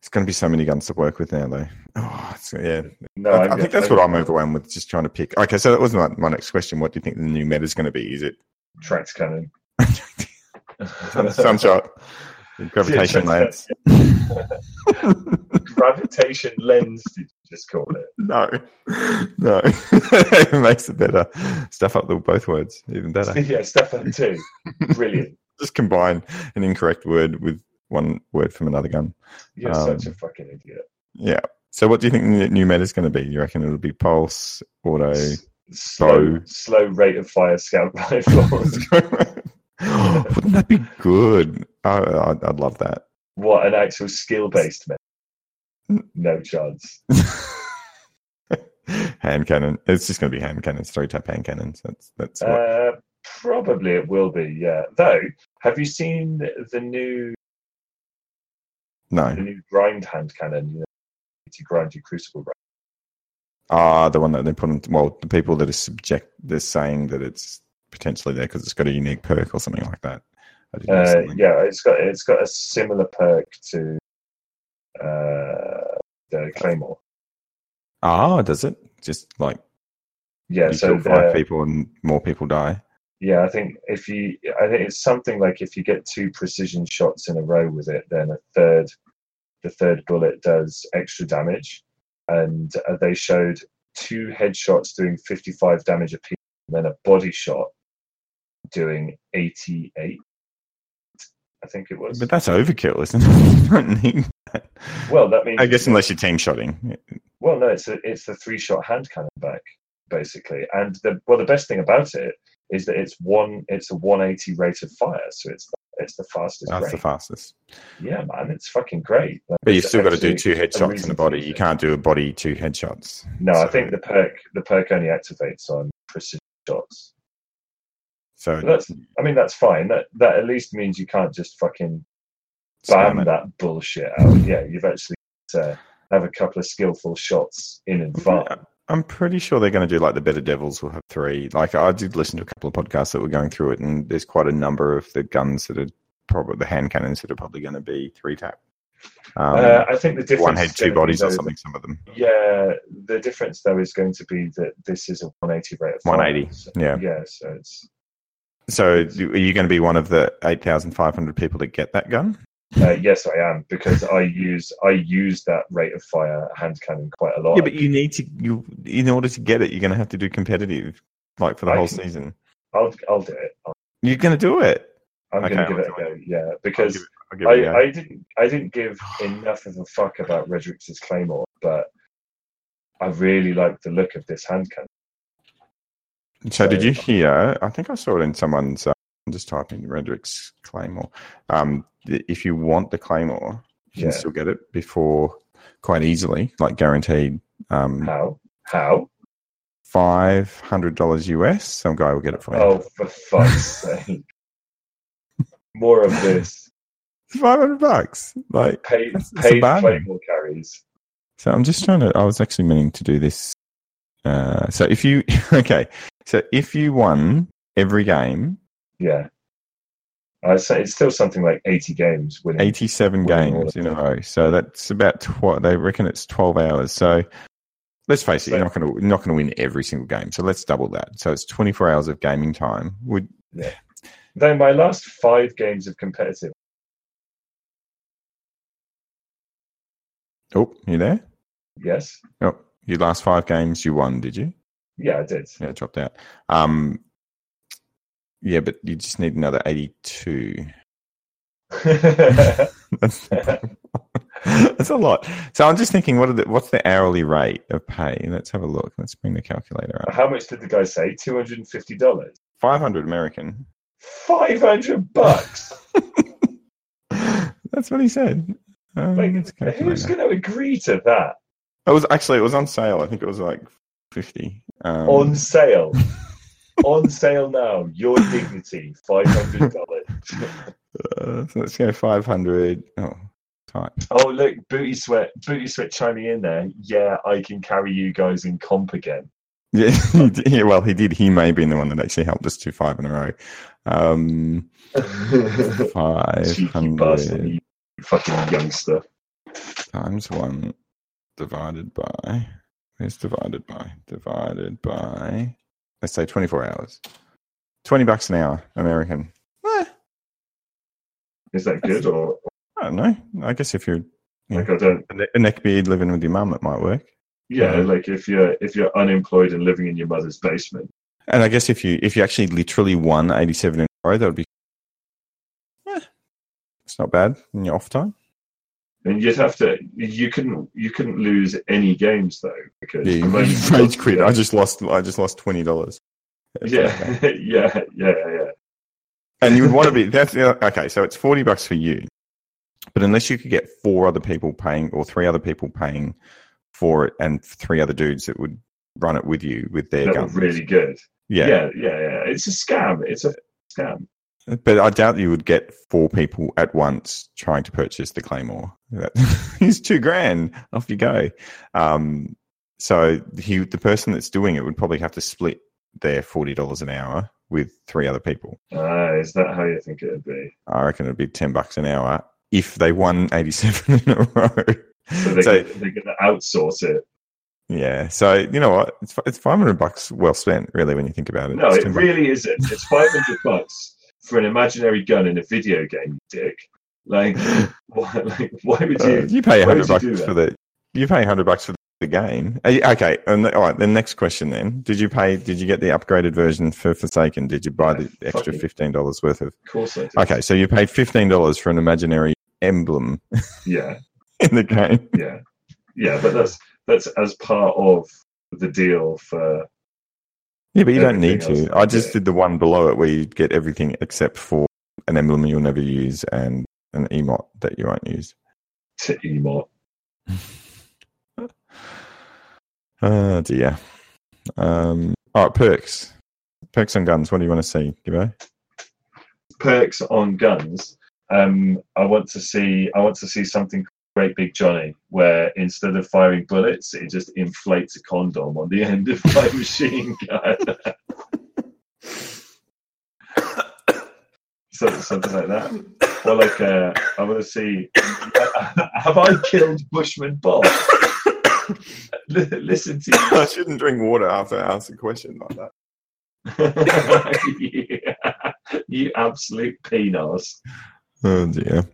[SPEAKER 2] It's going to be so many guns to work with now, though. <sighs> Oh, it's, yeah.
[SPEAKER 1] No,
[SPEAKER 2] I,
[SPEAKER 1] I'm
[SPEAKER 2] I think
[SPEAKER 1] go-
[SPEAKER 2] that's what I'm overwhelmed with, just trying to pick. Okay, so that was my, my next question. What do you think the new meta is going to be? Is it
[SPEAKER 1] <laughs> Tractor
[SPEAKER 2] <laughs>
[SPEAKER 1] cannon. <laughs>
[SPEAKER 2] sun, sunshot, gravitation
[SPEAKER 1] Yeah,
[SPEAKER 2] lance?
[SPEAKER 1] Gravitation lens. Did you just call it?
[SPEAKER 2] <laughs> no, no, <laughs> it makes it better. Stuff up the both words, even better.
[SPEAKER 1] <laughs> yeah, Stefan too. Brilliant.
[SPEAKER 2] Just combine an incorrect word with one word from another gun.
[SPEAKER 1] You're
[SPEAKER 2] Um,
[SPEAKER 1] such a fucking idiot.
[SPEAKER 2] Yeah. So, what do you think the new meta is going to be? You reckon it'll be pulse,
[SPEAKER 1] <laughs>
[SPEAKER 2] auto?
[SPEAKER 1] S- slow,
[SPEAKER 2] bow.
[SPEAKER 1] slow rate of fire scout <laughs> rifles.
[SPEAKER 2] <laughs> Wouldn't that be good? I, I'd, I'd love that.
[SPEAKER 1] what an actual skill based man. No chance.
[SPEAKER 2] <laughs> hand cannon. It's just going to be hand cannons, three tap hand cannons. That's that's what.
[SPEAKER 1] Uh, probably it will be. Yeah. Though, have you seen the new the
[SPEAKER 2] no.
[SPEAKER 1] new grind hand cannon? You know, to grind your crucible. Right?
[SPEAKER 2] Ah, the one that they put on. Well, the people that are subject, they're saying that it's potentially there because it's got a unique perk or something like that. I didn't know
[SPEAKER 1] Uh,
[SPEAKER 2] something.
[SPEAKER 1] yeah, it's got it's got a similar perk to uh, the claymore.
[SPEAKER 2] Ah, does it? Just like
[SPEAKER 1] Yeah.
[SPEAKER 2] you
[SPEAKER 1] So
[SPEAKER 2] kill five
[SPEAKER 1] the,
[SPEAKER 2] people and more people die.
[SPEAKER 1] yeah, I think if you, I think it's something like if you get two precision shots in a row with it, then a third, the third bullet does extra damage, and uh, they showed two headshots doing 55 damage apiece, and then a body shot doing 88. I think it was.
[SPEAKER 2] But that's overkill, isn't it? <laughs> you don't need that.
[SPEAKER 1] Well, that means
[SPEAKER 2] I guess unless you're team shotting.
[SPEAKER 1] Well, no, it's a, it's the three shot hand cannon back basically, and the well the best thing about it is that it's one it's a 180 rate of fire, so it's the, it's the fastest
[SPEAKER 2] That's the
[SPEAKER 1] rate.
[SPEAKER 2] fastest.
[SPEAKER 1] yeah, man, it's fucking great. Like,
[SPEAKER 2] But you've
[SPEAKER 1] it's
[SPEAKER 2] still got to do
[SPEAKER 1] actually-
[SPEAKER 2] two headshots in
[SPEAKER 1] reason
[SPEAKER 2] a
[SPEAKER 1] to
[SPEAKER 2] body.
[SPEAKER 1] use
[SPEAKER 2] You
[SPEAKER 1] it.
[SPEAKER 2] can't do a body two headshots.
[SPEAKER 1] No, I
[SPEAKER 2] so-
[SPEAKER 1] think the perk the perk only activates on precision shots.
[SPEAKER 2] So
[SPEAKER 1] But that's I mean that's fine. That that at least means you can't just fucking
[SPEAKER 2] spam
[SPEAKER 1] bam
[SPEAKER 2] it.
[SPEAKER 1] that bullshit out. Yeah, you've actually uh, have a couple of skillful shots in advance.
[SPEAKER 2] Yeah, I'm pretty sure they're going to do like the Better Devils will have three. Like I did listen to a couple of podcasts that were going through it, and there's quite a number of the guns that are probably the hand cannons that are probably going to be three tap. Um,
[SPEAKER 1] uh, I think the difference
[SPEAKER 2] one head,
[SPEAKER 1] is gonna
[SPEAKER 2] two
[SPEAKER 1] be,
[SPEAKER 2] bodies, or
[SPEAKER 1] though,
[SPEAKER 2] something. Some of them.
[SPEAKER 1] Yeah, the difference though is going to be that this is a 180 rate of fire.
[SPEAKER 2] 180,
[SPEAKER 1] So,
[SPEAKER 2] Yeah.
[SPEAKER 1] yeah, so it's
[SPEAKER 2] So do- are you going to be one of the 8,500 people that get that gun?
[SPEAKER 1] uh, yes, I am because I use I use that rate of fire hand cannon quite a lot.
[SPEAKER 2] Yeah, but you need to you in order to get it, you're going to have to do competitive, like for the
[SPEAKER 1] I
[SPEAKER 2] whole
[SPEAKER 1] can-
[SPEAKER 2] season.
[SPEAKER 1] I'll I'll do it. I'll-
[SPEAKER 2] You're going to do it.
[SPEAKER 1] I'm
[SPEAKER 2] Okay,
[SPEAKER 1] going to give
[SPEAKER 2] I'll
[SPEAKER 1] it a go.
[SPEAKER 2] do
[SPEAKER 1] Yeah,
[SPEAKER 2] I'll
[SPEAKER 1] because
[SPEAKER 2] give it- I'll give it a
[SPEAKER 1] I,
[SPEAKER 2] go.
[SPEAKER 1] I didn't I didn't give enough of a fuck about Redrick's claymore, but I really like the look of this hand cannon.
[SPEAKER 2] So, did
[SPEAKER 1] So-
[SPEAKER 2] you hear? I think I saw it in someone's. Uh, I'm just typing Redrick's Claymore. Um, th- if you want the Claymore, you
[SPEAKER 1] Yeah.
[SPEAKER 2] can still get it before quite easily, like guaranteed. Um,
[SPEAKER 1] How? How?
[SPEAKER 2] five hundred dollars US. Some guy will get it for you.
[SPEAKER 1] Oh, for fuck's
[SPEAKER 2] <laughs>
[SPEAKER 1] sake! More of this.
[SPEAKER 2] Five hundred bucks. Like,
[SPEAKER 1] Paid
[SPEAKER 2] That's- that's a
[SPEAKER 1] paid
[SPEAKER 2] bargain.
[SPEAKER 1] claymore carries.
[SPEAKER 2] so I'm just trying to. I was actually meaning to do this. Uh, so if you <laughs> okay, so if you won every game,
[SPEAKER 1] Yeah. I say it's still something like 80 games winning.
[SPEAKER 2] 87
[SPEAKER 1] Winning all
[SPEAKER 2] games
[SPEAKER 1] of
[SPEAKER 2] in a
[SPEAKER 1] them.
[SPEAKER 2] row. So that's about tw- they reckon it's 12 hours. So let's face it, you're not going to not going to win every single game. So let's double that. So it's 24 hours of gaming time. Would
[SPEAKER 1] Though my last five games of competitive,
[SPEAKER 2] oh, you there?
[SPEAKER 1] yes,
[SPEAKER 2] Oh, your last five games you won, did you?
[SPEAKER 1] yeah, I did.
[SPEAKER 2] Yeah, it dropped out. Um, yeah, but you just need another 82. <laughs> That's, the
[SPEAKER 1] <laughs>
[SPEAKER 2] problem. That's a lot. So I'm just thinking, what are the, what's the hourly rate of pay? Let's have a look. Let's bring the calculator up.
[SPEAKER 1] How much did the guy say? Two hundred and fifty dollars.
[SPEAKER 2] 500 American.
[SPEAKER 1] Five hundred
[SPEAKER 2] <laughs>
[SPEAKER 1] bucks.
[SPEAKER 2] That's what he said. Um,
[SPEAKER 1] Like,
[SPEAKER 2] let's go to
[SPEAKER 1] Who's
[SPEAKER 2] that.
[SPEAKER 1] going to agree to that
[SPEAKER 2] It was actually it was on sale. I think it was like fifty. Um,
[SPEAKER 1] on
[SPEAKER 2] <laughs>
[SPEAKER 1] sale? on sale now. Your dignity, five hundred dollars.
[SPEAKER 2] uh, so let's go five hundred. Oh, type.
[SPEAKER 1] oh look, booty sweat, booty sweat chiming in there. Yeah, I can carry you guys in comp
[SPEAKER 2] <laughs>
[SPEAKER 1] again.
[SPEAKER 2] <laughs> Yeah, he did- yeah. Well, he did. He may have been the one that actually helped us to five in a row. Um, five
[SPEAKER 1] Cheeky bastard,
[SPEAKER 2] hundred
[SPEAKER 1] you fucking youngster.
[SPEAKER 2] times one divided by. Where's divided by? Divided by. Let's say twenty-four hours. Twenty bucks an hour, American. Eh,
[SPEAKER 1] Is that good or
[SPEAKER 2] I don't know. I guess if you're
[SPEAKER 1] like I don't?
[SPEAKER 2] a ne- a neckbeard living with your mum, it might work.
[SPEAKER 1] Yeah,
[SPEAKER 2] Yeah.
[SPEAKER 1] like if you're if you're unemployed and living in your mother's basement.
[SPEAKER 2] And I guess if you if you actually literally won eighty seven in a row, that would be eh, it's not bad in your off time.
[SPEAKER 1] And you'd have to you couldn't you couldn't lose any games though because
[SPEAKER 2] Yeah, you
[SPEAKER 1] the moment
[SPEAKER 2] <laughs>
[SPEAKER 1] you
[SPEAKER 2] rage
[SPEAKER 1] got-
[SPEAKER 2] quit. I just lost I just lost twenty dollars.
[SPEAKER 1] yeah, <laughs> yeah, yeah, yeah.
[SPEAKER 2] and you would want to be that's okay. So it's forty bucks for you, but unless you could get four other people paying or three other people paying for it, and three other dudes that would run it with you with their
[SPEAKER 1] That
[SPEAKER 2] guns,
[SPEAKER 1] was really good.
[SPEAKER 2] yeah.
[SPEAKER 1] Yeah. yeah, yeah, It's a scam. It's a scam.
[SPEAKER 2] But I doubt you would get four people at once trying to purchase the claymore. That <laughs> is two grand. Off you go. Um, so he, the person that's doing it would probably have to split their forty dollars an hour with three other people.
[SPEAKER 1] Uh, is that how you think it would be?
[SPEAKER 2] I reckon it'd be ten bucks an hour if they won eighty-seven <laughs> in a row.
[SPEAKER 1] So they
[SPEAKER 2] So-
[SPEAKER 1] they're going to outsource it.
[SPEAKER 2] yeah. So you know what? It's fi- it's five hundred bucks well spent, really, when you think about it.
[SPEAKER 1] No,
[SPEAKER 2] It's
[SPEAKER 1] it
[SPEAKER 2] 10 bucks.
[SPEAKER 1] really isn't. It's five hundred bucks for an imaginary gun in a video game, you dick.
[SPEAKER 2] <laughs>
[SPEAKER 1] Like, why, like, why would
[SPEAKER 2] Uh,
[SPEAKER 1] you?
[SPEAKER 2] you pay
[SPEAKER 1] Why would you
[SPEAKER 2] hundred bucks
[SPEAKER 1] do that?
[SPEAKER 2] for the. You pay hundred bucks for the game. Are you- Okay, and the- all right. The next question then: Did you pay? Did you get the upgraded version for Forsaken? Did you buy
[SPEAKER 1] Yeah,
[SPEAKER 2] the extra
[SPEAKER 1] fucking-
[SPEAKER 2] fifteen dollars worth of?
[SPEAKER 1] Of course I do.
[SPEAKER 2] Uh, Okay, so you paid fifteen dollars for an imaginary emblem <laughs>
[SPEAKER 1] Yeah,
[SPEAKER 2] in the game.
[SPEAKER 1] yeah, yeah. But that's that's as part of the deal for
[SPEAKER 2] Yeah, but you don't need
[SPEAKER 1] Everything
[SPEAKER 2] to.
[SPEAKER 1] else,
[SPEAKER 2] I just
[SPEAKER 1] yeah.
[SPEAKER 2] did the one below it where you get everything except for an emblem you'll never use and an emot that you won't use.
[SPEAKER 1] to emot.
[SPEAKER 2] Oh dear. Um, all right, perks. Perks on guns. What do you want to see, Gibbo?
[SPEAKER 1] perks on guns, um, I want to see I want to see something great big Johnny where instead of firing bullets, it just inflates a condom on the <laughs> end of my machine gun. <coughs> something, something like that. Or like uh, I want to see <laughs> have I killed Bushman Bob? <coughs> Li- listen to <laughs> you.
[SPEAKER 2] <laughs> I shouldn't drink water after I ask a question like that.
[SPEAKER 1] <laughs> you absolute penis.
[SPEAKER 2] Oh dear.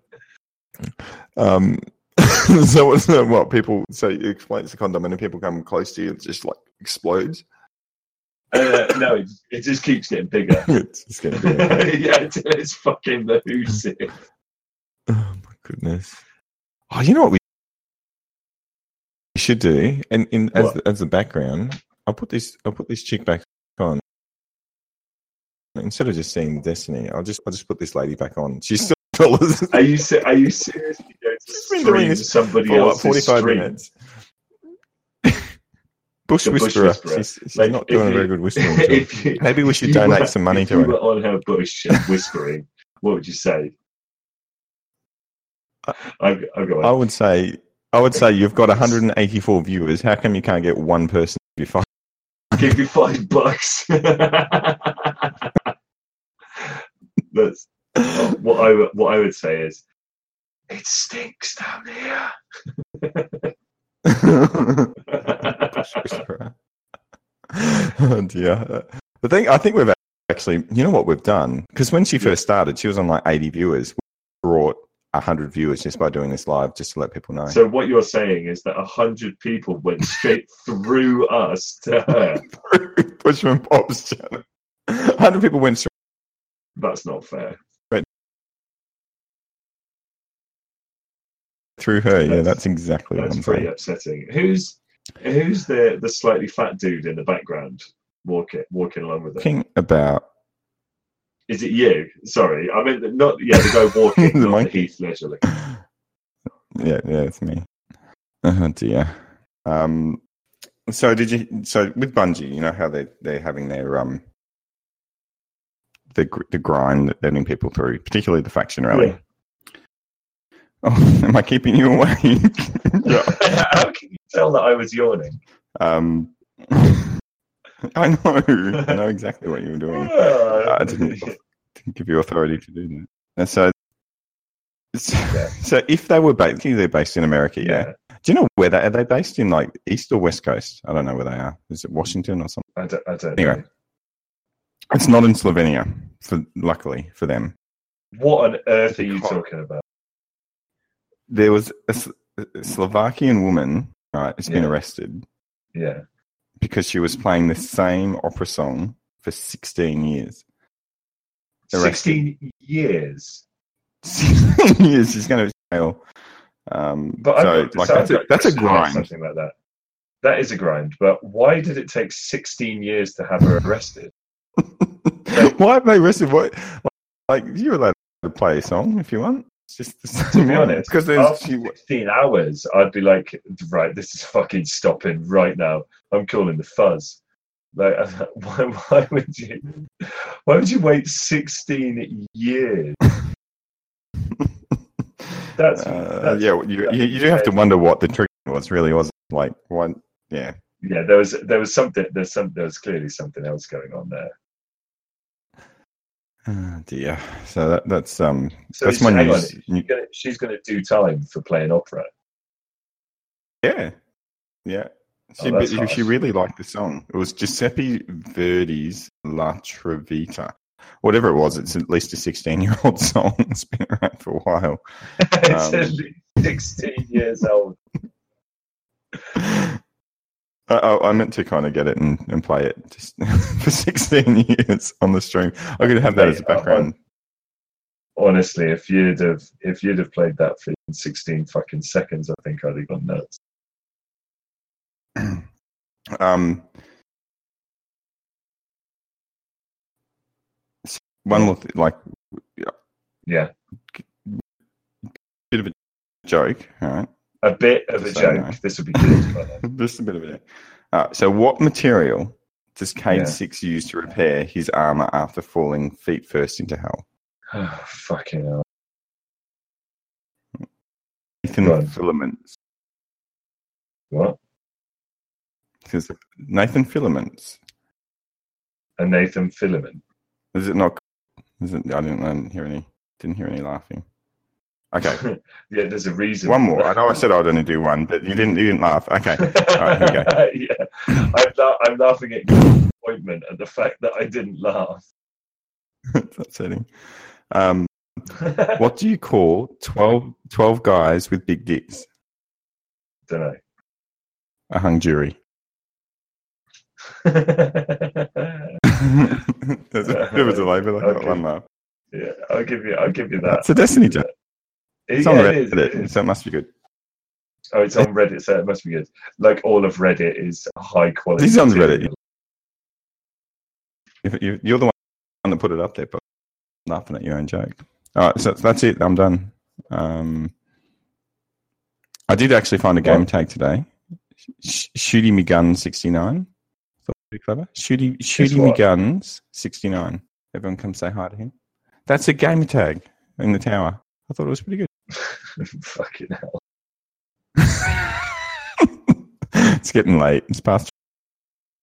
[SPEAKER 2] Um. <laughs> so what's so what people? So you explain it's a condom, and if people come close to you, it just like explodes.
[SPEAKER 1] Uh, no, it, it just keeps getting bigger.
[SPEAKER 2] <laughs> it's just gonna be.
[SPEAKER 1] <laughs>
[SPEAKER 2] a-
[SPEAKER 1] yeah, it's, it's fucking the who's it.
[SPEAKER 2] <laughs> oh my goodness. Oh, you know what we should do, and in as
[SPEAKER 1] What?
[SPEAKER 2] the, as the background, I'll put this I'll put this chick back on. Instead of just seeing Destiny, I'll just I'll just put this lady back on. She's still <laughs> dollars.
[SPEAKER 1] Are you se- are you seriously going to
[SPEAKER 2] We've been doing
[SPEAKER 1] stream
[SPEAKER 2] this
[SPEAKER 1] somebody
[SPEAKER 2] for what,
[SPEAKER 1] else's
[SPEAKER 2] 45
[SPEAKER 1] stream?
[SPEAKER 2] minutes. <laughs> Bush
[SPEAKER 1] The bush
[SPEAKER 2] whisperer.
[SPEAKER 1] whisperer.
[SPEAKER 2] She's, she's
[SPEAKER 1] Like,
[SPEAKER 2] not
[SPEAKER 1] if
[SPEAKER 2] doing a
[SPEAKER 1] you-
[SPEAKER 2] very good whispering
[SPEAKER 1] <laughs>
[SPEAKER 2] job.
[SPEAKER 1] <laughs> if you,
[SPEAKER 2] Maybe we should
[SPEAKER 1] you
[SPEAKER 2] donate
[SPEAKER 1] were-
[SPEAKER 2] some money
[SPEAKER 1] if
[SPEAKER 2] to
[SPEAKER 1] you
[SPEAKER 2] her.
[SPEAKER 1] were on her bush and whispering, what would you say?
[SPEAKER 2] Uh,
[SPEAKER 1] I've, I've got
[SPEAKER 2] I
[SPEAKER 1] one.
[SPEAKER 2] would say, I would say you've got 184 viewers. How come you can't get one person to
[SPEAKER 1] <laughs>
[SPEAKER 2] be fine?
[SPEAKER 1] I'll give <laughs> you five bucks. That's uh, what I w- what I would say is, it stinks down here. <laughs>
[SPEAKER 2] oh dear. The thing I think we've actually, you know what we've done? Because when she first started, she was on like 80 viewers. We brought 100 viewers just by doing this live, just to let people know.
[SPEAKER 1] so what you're saying is that a hundred people went
[SPEAKER 2] <laughs>
[SPEAKER 1] straight through us to her. <laughs>
[SPEAKER 2] Bushman Bob's channel. 100 people went straight.
[SPEAKER 1] That's not fair.
[SPEAKER 2] Through her, yeah,
[SPEAKER 1] That's-
[SPEAKER 2] that's exactly what
[SPEAKER 1] That's
[SPEAKER 2] I'm
[SPEAKER 1] pretty
[SPEAKER 2] saying.
[SPEAKER 1] upsetting. Who's who's the the slightly fat dude in the background walking walking along with it?
[SPEAKER 2] Talking about
[SPEAKER 1] Is it you? Sorry, I mean not yeah the
[SPEAKER 2] <laughs>
[SPEAKER 1] guy walking,
[SPEAKER 2] The
[SPEAKER 1] not the
[SPEAKER 2] monkey.
[SPEAKER 1] Heath Ledger. looking-
[SPEAKER 2] yeah, yeah, it's me. Oh dear. Um, so did you? So with Bungie, you know how they they're having their um the gr- the grind that they're getting people through, particularly the faction rally.
[SPEAKER 1] Yeah.
[SPEAKER 2] Oh, <laughs> am I keeping you awake? <laughs>
[SPEAKER 1] <laughs> How can you tell that I was yawning?
[SPEAKER 2] um, <laughs> I know, I know exactly what you were doing.
[SPEAKER 1] Ah.
[SPEAKER 2] I didn't,
[SPEAKER 1] <laughs>
[SPEAKER 2] didn't give you authority to do that. And so, so,
[SPEAKER 1] Yeah.
[SPEAKER 2] <laughs> so if they were based, they're based in America, yeah.
[SPEAKER 1] yeah,
[SPEAKER 2] Do you know where they are? They based in like East or West Coast? I don't know where they are. Is it Washington or something?
[SPEAKER 1] I don't. I don't
[SPEAKER 2] Anyway.
[SPEAKER 1] know.
[SPEAKER 2] It's not in Slovenia, for luckily for them.
[SPEAKER 1] What on earth are you
[SPEAKER 2] Because-
[SPEAKER 1] talking about?
[SPEAKER 2] There was a, S- a Slovakian woman, right? It's been
[SPEAKER 1] Yeah.
[SPEAKER 2] arrested
[SPEAKER 1] Yeah,
[SPEAKER 2] because she was playing the same opera song for 16 years. <laughs> Arrested.
[SPEAKER 1] sixteen years.
[SPEAKER 2] 16 years. She's going to jail. Um,
[SPEAKER 1] But
[SPEAKER 2] so,
[SPEAKER 1] I've,
[SPEAKER 2] like, that's a, that's a grind.
[SPEAKER 1] Something like that. That is a grind. But why did it take sixteen years to have
[SPEAKER 2] <laughs>
[SPEAKER 1] her arrested?
[SPEAKER 2] Why have they arrested? What? Like, you're allowed to play a song if you want. It's just the same
[SPEAKER 1] To be honest,
[SPEAKER 2] because there's
[SPEAKER 1] After
[SPEAKER 2] she,
[SPEAKER 1] 16 hours, I'd be like, right, this is fucking stopping right now. I'm calling the fuzz. Like, <laughs> why, why would you? Why would you wait 16 years? That's,
[SPEAKER 2] Uh,
[SPEAKER 1] that's-
[SPEAKER 2] yeah, well, you,
[SPEAKER 1] that's
[SPEAKER 2] you, you do have to wonder what the trick was really was like. What? Yeah,
[SPEAKER 1] yeah. There was there was something there's some there was clearly something else going on there.
[SPEAKER 2] oh, dear. So that, that's um,
[SPEAKER 1] So
[SPEAKER 2] that's
[SPEAKER 1] she-
[SPEAKER 2] my
[SPEAKER 1] hang on,
[SPEAKER 2] news.
[SPEAKER 1] she's gonna, she's gonna do time for playing opera. <laughs>
[SPEAKER 2] Yeah, yeah. She,
[SPEAKER 1] Oh, that's
[SPEAKER 2] if she
[SPEAKER 1] harsh.
[SPEAKER 2] really liked the song. It was Giuseppe Verdi's La Traviata. Whatever it was, it's at least a 16 year old <laughs> song. It's been around for a while.
[SPEAKER 1] it's
[SPEAKER 2] Um,
[SPEAKER 1] at least 16 years old.
[SPEAKER 2] I, Uh, oh, I I meant to kind of get it and, and play it just <laughs> for 16 years on the stream. I could have that as a
[SPEAKER 1] Mate, I- I-
[SPEAKER 2] background.
[SPEAKER 1] Honestly, if you'd have if you'd have played that for 16 fucking seconds, I think I'd have gone nuts.
[SPEAKER 2] um, s- one little th- like
[SPEAKER 1] Yeah,
[SPEAKER 2] bit of a joke, all right?
[SPEAKER 1] a bit of a
[SPEAKER 2] So
[SPEAKER 1] joke.
[SPEAKER 2] no.
[SPEAKER 1] This would be good. by then.
[SPEAKER 2] <laughs> Just a bit of a joke. Uh, so, what material does Cade
[SPEAKER 1] Yeah.
[SPEAKER 2] Six use to repair his armor after falling feet first into hell?
[SPEAKER 1] oh, <sighs> fucking hell.
[SPEAKER 2] Nathan
[SPEAKER 1] Go on.
[SPEAKER 2] filaments.
[SPEAKER 1] What?
[SPEAKER 2] 'Cause Nathan filaments.
[SPEAKER 1] A Nathan Filliman.
[SPEAKER 2] Is it not? Is it? I didn't, I didn't hear any. Didn't hear any laughing. <laughs> Okay,
[SPEAKER 1] <laughs> yeah, there's a reason.
[SPEAKER 2] one
[SPEAKER 1] for
[SPEAKER 2] <laughs> more. I
[SPEAKER 1] that.
[SPEAKER 2] know I said I'd only do one, but you didn't. You didn't laugh. <laughs> Okay. right, here
[SPEAKER 1] <laughs> yeah, I'm, la- I'm laughing at your disappointment at the fact that I didn't laugh. <laughs>
[SPEAKER 2] it's upsetting. Um, what do you call 12, 12 guys with big dicks?
[SPEAKER 1] Don't <laughs> know.
[SPEAKER 2] A hung jury. <laughs>
[SPEAKER 1] yeah,
[SPEAKER 2] There's a bit of a delay, but I got
[SPEAKER 1] Okay.
[SPEAKER 2] one laugh.
[SPEAKER 1] I'll give you. I'll give you that.
[SPEAKER 2] It's a Destiny joke.
[SPEAKER 1] It-
[SPEAKER 2] It's
[SPEAKER 1] yeah,
[SPEAKER 2] on
[SPEAKER 1] it is,
[SPEAKER 2] Reddit,
[SPEAKER 1] it is.
[SPEAKER 2] so it must be good.
[SPEAKER 1] Oh, it's on Reddit, so it must be good. Like all of Reddit is high quality.
[SPEAKER 2] It's on Reddit.
[SPEAKER 1] material.
[SPEAKER 2] If you, you're the one that put it up there, but laughing at your own joke. All right, so that's it. I'm done. Um, I did actually find a game tag today. Sh- Shooty me gun 69. Thought pretty clever. Shooty, shooty me
[SPEAKER 1] what?
[SPEAKER 2] guns 69. Everyone come say hi to him. That's a game tag in the tower. I thought it was pretty good. <laughs>
[SPEAKER 1] <laughs> Fucking hell.
[SPEAKER 2] it's getting late. It's past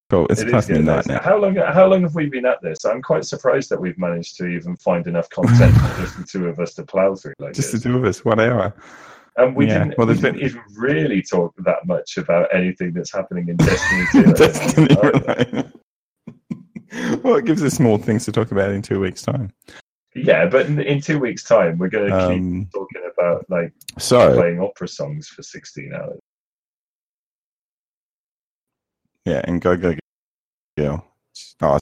[SPEAKER 2] cool. It's
[SPEAKER 1] It is
[SPEAKER 2] past
[SPEAKER 1] getting late. <laughs>
[SPEAKER 2] midnight now.
[SPEAKER 1] How long? How long have we been at this? I'm quite surprised that we've managed to even find enough content for just the two of us to plow through like
[SPEAKER 2] Just the
[SPEAKER 1] this.
[SPEAKER 2] two of us, one hour.
[SPEAKER 1] and we
[SPEAKER 2] yeah,
[SPEAKER 1] didn't,
[SPEAKER 2] well,
[SPEAKER 1] we
[SPEAKER 2] there's been-
[SPEAKER 1] didn't even really talk that much about anything that's happening
[SPEAKER 2] <laughs>
[SPEAKER 1] in Destiny Uh, 2.
[SPEAKER 2] Destiny related. <laughs> well, it gives us more things to talk about in two weeks' time.
[SPEAKER 1] Yeah, but in, in two weeks' time, we're going to keep
[SPEAKER 2] Um,
[SPEAKER 1] talking about like
[SPEAKER 2] so,
[SPEAKER 1] playing opera songs for 16 hours.
[SPEAKER 2] yeah, and go, go, girl. Oh,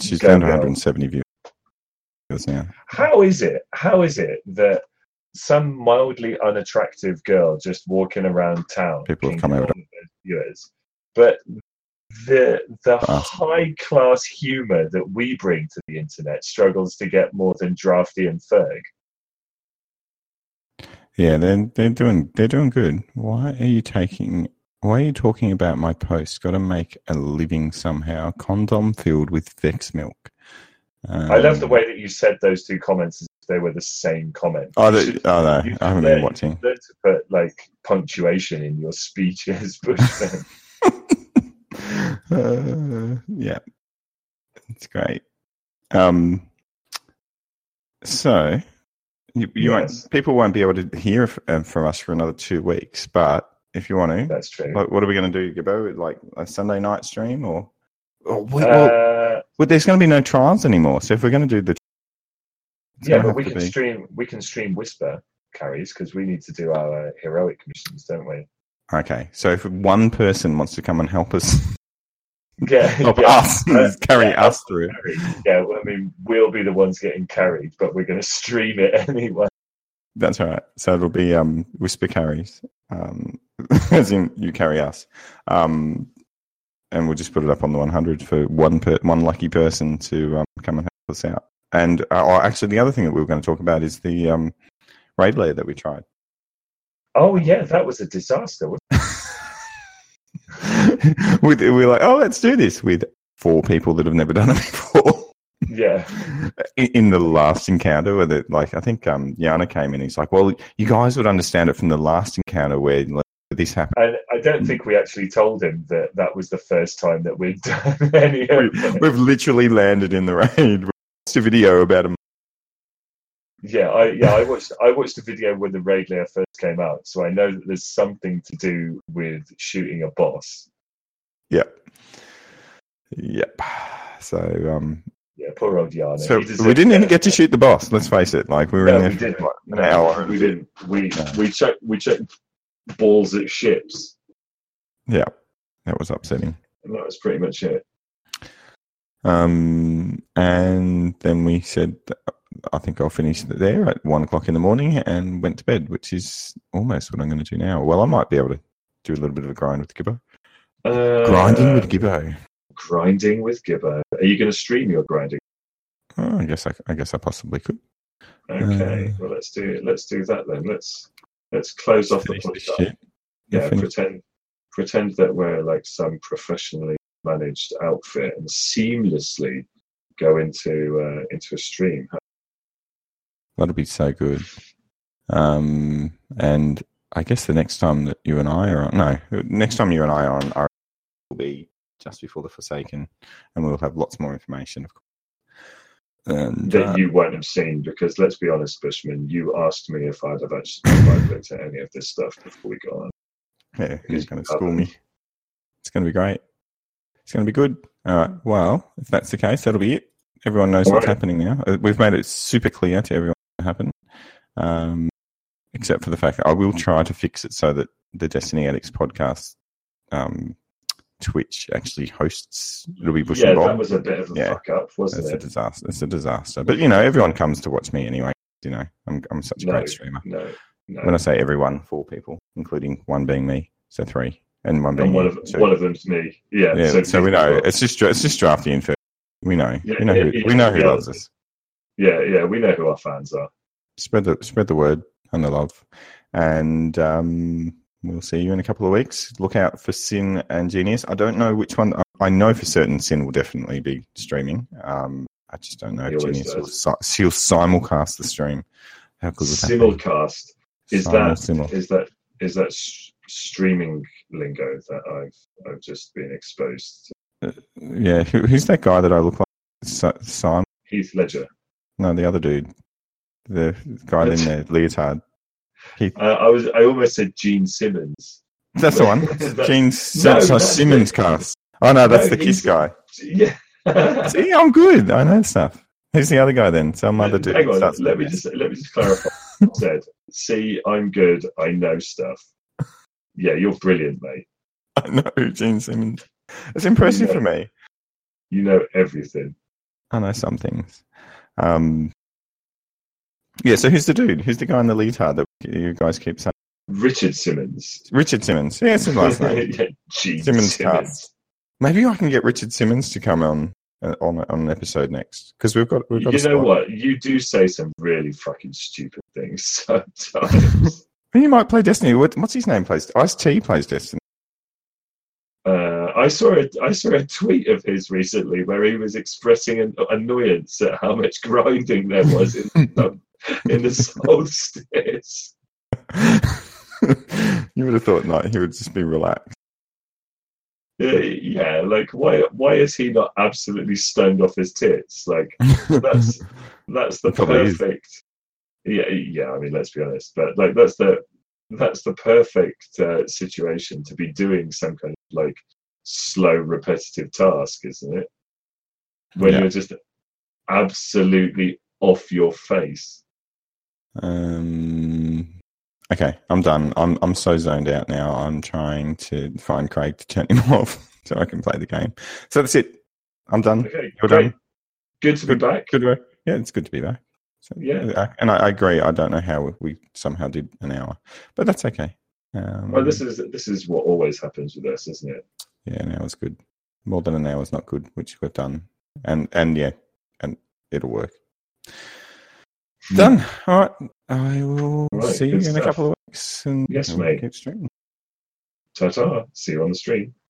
[SPEAKER 2] she's
[SPEAKER 1] Go
[SPEAKER 2] down to
[SPEAKER 1] Girl.
[SPEAKER 2] 170 views now.
[SPEAKER 1] How is it? How is it that some mildly unattractive girl just walking around town?
[SPEAKER 2] People have
[SPEAKER 1] can
[SPEAKER 2] come
[SPEAKER 1] get
[SPEAKER 2] over.
[SPEAKER 1] on with those viewers, but the the
[SPEAKER 2] Bastard.
[SPEAKER 1] high class humor that we bring to the internet struggles to get more than drafty and thug.
[SPEAKER 2] Yeah, they're they're doing they're doing good. Why are you taking? Why are you talking about my post? Got to make a living somehow. Condom filled with Vex milk. Um,
[SPEAKER 1] I love the way that you said those two comments as if they were the same comment.
[SPEAKER 2] Oh,
[SPEAKER 1] You
[SPEAKER 2] the-
[SPEAKER 1] should
[SPEAKER 2] oh no,
[SPEAKER 1] you
[SPEAKER 2] I
[SPEAKER 1] should
[SPEAKER 2] haven't been
[SPEAKER 1] learn- <laughs>
[SPEAKER 2] watching.
[SPEAKER 1] learn to put like punctuation in your speeches, <laughs>
[SPEAKER 2] <laughs>
[SPEAKER 1] but
[SPEAKER 2] Uh, <laughs> yeah, it's great. Um, so you, you
[SPEAKER 1] Yes.
[SPEAKER 2] won't people won't be able to hear f- um, from us for another two weeks. But if you want to,
[SPEAKER 1] that's true.
[SPEAKER 2] Like, what are we going to do, Gibbo? Like a Sunday night stream, or? Oh, wait, well,
[SPEAKER 1] Uh,
[SPEAKER 2] well, there's going to be no trials anymore. So if we're going to do the, it's
[SPEAKER 1] yeah,
[SPEAKER 2] gonna
[SPEAKER 1] but we
[SPEAKER 2] have to
[SPEAKER 1] can
[SPEAKER 2] be-
[SPEAKER 1] stream. We can stream whisper carries because we need to do our uh, heroic missions, don't we?
[SPEAKER 2] okay. So if one person wants to come and help
[SPEAKER 1] <laughs>
[SPEAKER 2] us,
[SPEAKER 1] Yeah,
[SPEAKER 2] <laughs> help
[SPEAKER 1] yeah.
[SPEAKER 2] us <laughs> carry
[SPEAKER 1] yeah,
[SPEAKER 2] us through. it.
[SPEAKER 1] Carries. Yeah, well, I mean, we'll be the ones getting carried, but we're going to <laughs> stream it anyway.
[SPEAKER 2] That's all right. So it'll be um, whisper carries, um, <laughs> as in you carry us, um, and we'll just put it up on the 100 for one per- one lucky person to um, come and help us out. And uh, oh, actually, the other thing that we were going to talk about is the um, raid layer that we tried. <laughs>
[SPEAKER 1] Oh yeah, that was a disaster. wasn't
[SPEAKER 2] with, we're like, oh, let's do this with four people that have never done it <laughs> before.
[SPEAKER 1] it? Yeah,
[SPEAKER 2] in, in the last encounter, where the, like I think um, Yana came in, he's like, well, you guys would understand it from the last encounter where like, this happened.
[SPEAKER 1] and I don't think we actually told him that that was the first time that we'd <laughs> done any of it.
[SPEAKER 2] <laughs> We've literally landed in the raid. <laughs> We watched a video about him.
[SPEAKER 1] Yeah, I yeah I watched I watched a video when the raid layer first came out, so I know that there's something to do with shooting a boss.
[SPEAKER 2] Yep. Yep. So, um,
[SPEAKER 1] Yeah, poor old Yana.
[SPEAKER 2] so
[SPEAKER 1] Oh, He
[SPEAKER 2] we
[SPEAKER 1] deserved
[SPEAKER 2] didn't even
[SPEAKER 1] better.
[SPEAKER 2] get to shoot the boss. Let's face it; like we were
[SPEAKER 1] No,
[SPEAKER 2] in there
[SPEAKER 1] we
[SPEAKER 2] for
[SPEAKER 1] didn't.
[SPEAKER 2] what, an
[SPEAKER 1] No,
[SPEAKER 2] hour. and
[SPEAKER 1] We didn't. We
[SPEAKER 2] No.
[SPEAKER 1] we checked we checked balls at ships,
[SPEAKER 2] Yeah, that was upsetting.
[SPEAKER 1] and that was pretty much it.
[SPEAKER 2] Um, and then we said, I think I'll finish there at one o'clock in the morning and went to bed, which is almost what I'm going to do now. Well, I might be able to do a little bit of a grind with Gibbo.
[SPEAKER 1] Uh,
[SPEAKER 2] Grinding with Gibbo.
[SPEAKER 1] grinding with Gibber. Are you going to stream your grinding?
[SPEAKER 2] Oh, I guess I, I guess I possibly could.
[SPEAKER 1] Okay,
[SPEAKER 2] Uh,
[SPEAKER 1] well let's do let's do that then. Let's let's close off the
[SPEAKER 2] Finish this
[SPEAKER 1] podcast.
[SPEAKER 2] shit.
[SPEAKER 1] yeah,
[SPEAKER 2] Finish-
[SPEAKER 1] pretend pretend that we're like some professionally managed outfit and seamlessly go into uh, into a stream.
[SPEAKER 2] That'll be so good. Um, and I guess the next time that you and I are on, no, next time you and I are on, our- will be just before the Forsaken, and we'll have lots more information, of course. And
[SPEAKER 1] That
[SPEAKER 2] uh,
[SPEAKER 1] you won't have seen because let's be honest, Bushman, you asked me if I'd have actually if I'd looked at any of this stuff before we got on.
[SPEAKER 2] Yeah,
[SPEAKER 1] Because
[SPEAKER 2] he's going
[SPEAKER 1] you
[SPEAKER 2] to school
[SPEAKER 1] haven't.
[SPEAKER 2] me. It's going to be great. It's going to be good. All right. Well, if that's the case, that'll be it. Everyone knows
[SPEAKER 1] All
[SPEAKER 2] what's
[SPEAKER 1] right.
[SPEAKER 2] happening now. Uh, We've made it super clear to everyone what happened, um, except for the fact that I will try to fix it so that the Destiny Addicts podcast um, Twitch actually hosts. It'll be Bush
[SPEAKER 1] yeah,
[SPEAKER 2] and Bob.
[SPEAKER 1] that was a bit of a
[SPEAKER 2] Yeah.
[SPEAKER 1] fuck up, wasn't
[SPEAKER 2] That's a
[SPEAKER 1] it?
[SPEAKER 2] disaster. It's a disaster. But you know, everyone comes to watch me anyway. You know, I'm I'm such a
[SPEAKER 1] No.
[SPEAKER 2] great streamer.
[SPEAKER 1] No, no.
[SPEAKER 2] When I say everyone, four people, including one being me, so three, and one being
[SPEAKER 1] and one
[SPEAKER 2] you,
[SPEAKER 1] of
[SPEAKER 2] so-
[SPEAKER 1] one of them's me. Yeah.
[SPEAKER 2] yeah. So, we know
[SPEAKER 1] people-
[SPEAKER 2] it's just dra- it's just drafty info. We know,
[SPEAKER 1] Yeah,
[SPEAKER 2] we know who
[SPEAKER 1] yeah,
[SPEAKER 2] we know who
[SPEAKER 1] yeah.
[SPEAKER 2] loves us.
[SPEAKER 1] Yeah, yeah, we know who our fans are.
[SPEAKER 2] Spread the spread the word and the love, and um, we'll see you in a couple of weeks. Look out for Sin and Genius. I don't know which one. I- I know for certain Sin will definitely be streaming. Um, I just don't know
[SPEAKER 1] He
[SPEAKER 2] if
[SPEAKER 1] always
[SPEAKER 2] Genius will,
[SPEAKER 1] does.
[SPEAKER 2] si- she'll simulcast the stream. How good would that be?
[SPEAKER 1] Simulcast. Is that
[SPEAKER 2] Simul-
[SPEAKER 1] is that is that s- streaming lingo that I've I've just been exposed to.
[SPEAKER 2] Yeah, who, who's that guy that I look like? Si- Simon?
[SPEAKER 1] Heath Ledger.
[SPEAKER 2] No, the other dude, the guy in the leotard. <laughs> Heath.
[SPEAKER 1] Uh, I was I almost said Gene Simmons. <laughs>
[SPEAKER 2] That's the one.
[SPEAKER 1] That-
[SPEAKER 2] Gene Sim-
[SPEAKER 1] that's the- <laughs>
[SPEAKER 2] Simmons cast. Oh no, that's the
[SPEAKER 1] he's- <laughs>
[SPEAKER 2] Kiss guy. <laughs>
[SPEAKER 1] Yeah.
[SPEAKER 2] See, I'm good. I know stuff. Who's the other guy then? Some other dude.
[SPEAKER 1] Um, Hang on,
[SPEAKER 2] Starts
[SPEAKER 1] let
[SPEAKER 2] with
[SPEAKER 1] me
[SPEAKER 2] S.
[SPEAKER 1] just let me just clarify. what I said, see, I'm good. I know stuff. Yeah, you're brilliant, mate.
[SPEAKER 2] <laughs> I know Gene Simmons. It's impressive
[SPEAKER 1] Yeah.
[SPEAKER 2] for me.
[SPEAKER 1] You know everything.
[SPEAKER 2] I know some things. Um, yeah. So who's the dude? Who's the guy in the leotard that you guys keep saying?
[SPEAKER 1] Richard Simmons.
[SPEAKER 2] Richard Simmons. Yeah, it's his last name.
[SPEAKER 1] <laughs> yeah, Gene
[SPEAKER 2] Simmons
[SPEAKER 1] Simmons.
[SPEAKER 2] cast. Maybe I can get Richard Simmons to come on uh, on, on an episode next because we've got we've got.
[SPEAKER 1] You
[SPEAKER 2] a
[SPEAKER 1] know
[SPEAKER 2] spot.
[SPEAKER 1] what? You do say some really fucking stupid things <laughs> sometimes.
[SPEAKER 2] He might play Destiny. What, what's his name? Plays Ice T plays Destiny. <laughs>
[SPEAKER 1] uh, I saw a I saw a tweet of his recently where he was expressing an annoyance at how much grinding there was in
[SPEAKER 2] <laughs>
[SPEAKER 1] the, in the solstice.
[SPEAKER 2] you would have thought no, he would just be relaxed. <laughs>
[SPEAKER 1] Uh, <laughs> yeah, like why why is he not absolutely stoned off his tits? Like
[SPEAKER 2] <laughs>
[SPEAKER 1] that's that's the
[SPEAKER 2] It probably is.
[SPEAKER 1] perfect yeah yeah i mean let's be honest but like that's the that's the perfect uh, situation to be doing some kind of like slow repetitive task isn't it when
[SPEAKER 2] Yeah.
[SPEAKER 1] you're just absolutely off your face
[SPEAKER 2] Um, okay, I'm done. I'm I'm so zoned out now. I'm trying to find Craig to turn him <laughs> off so I can play the game. So that's it. I'm done.
[SPEAKER 1] okay
[SPEAKER 2] You're
[SPEAKER 1] great.
[SPEAKER 2] done.
[SPEAKER 1] good to be back
[SPEAKER 2] Good work. Yeah, it's good to be back. So,
[SPEAKER 1] Yeah.
[SPEAKER 2] I- and I, I agree. I don't know how we, we somehow did an hour, but that's okay. Um,
[SPEAKER 1] well this is this is what always happens with us isn't it
[SPEAKER 2] yeah, an hour's good. More than an hour's not good, which we've done, and and yeah, and it'll work.
[SPEAKER 1] Hmm.
[SPEAKER 2] Done. All right. I will
[SPEAKER 1] Right,
[SPEAKER 2] see you in
[SPEAKER 1] good
[SPEAKER 2] a
[SPEAKER 1] stuff.
[SPEAKER 2] couple of weeks. And
[SPEAKER 1] Yes,
[SPEAKER 2] and we'll
[SPEAKER 1] mate.
[SPEAKER 2] Keep streaming.
[SPEAKER 1] ta-ta see you on the stream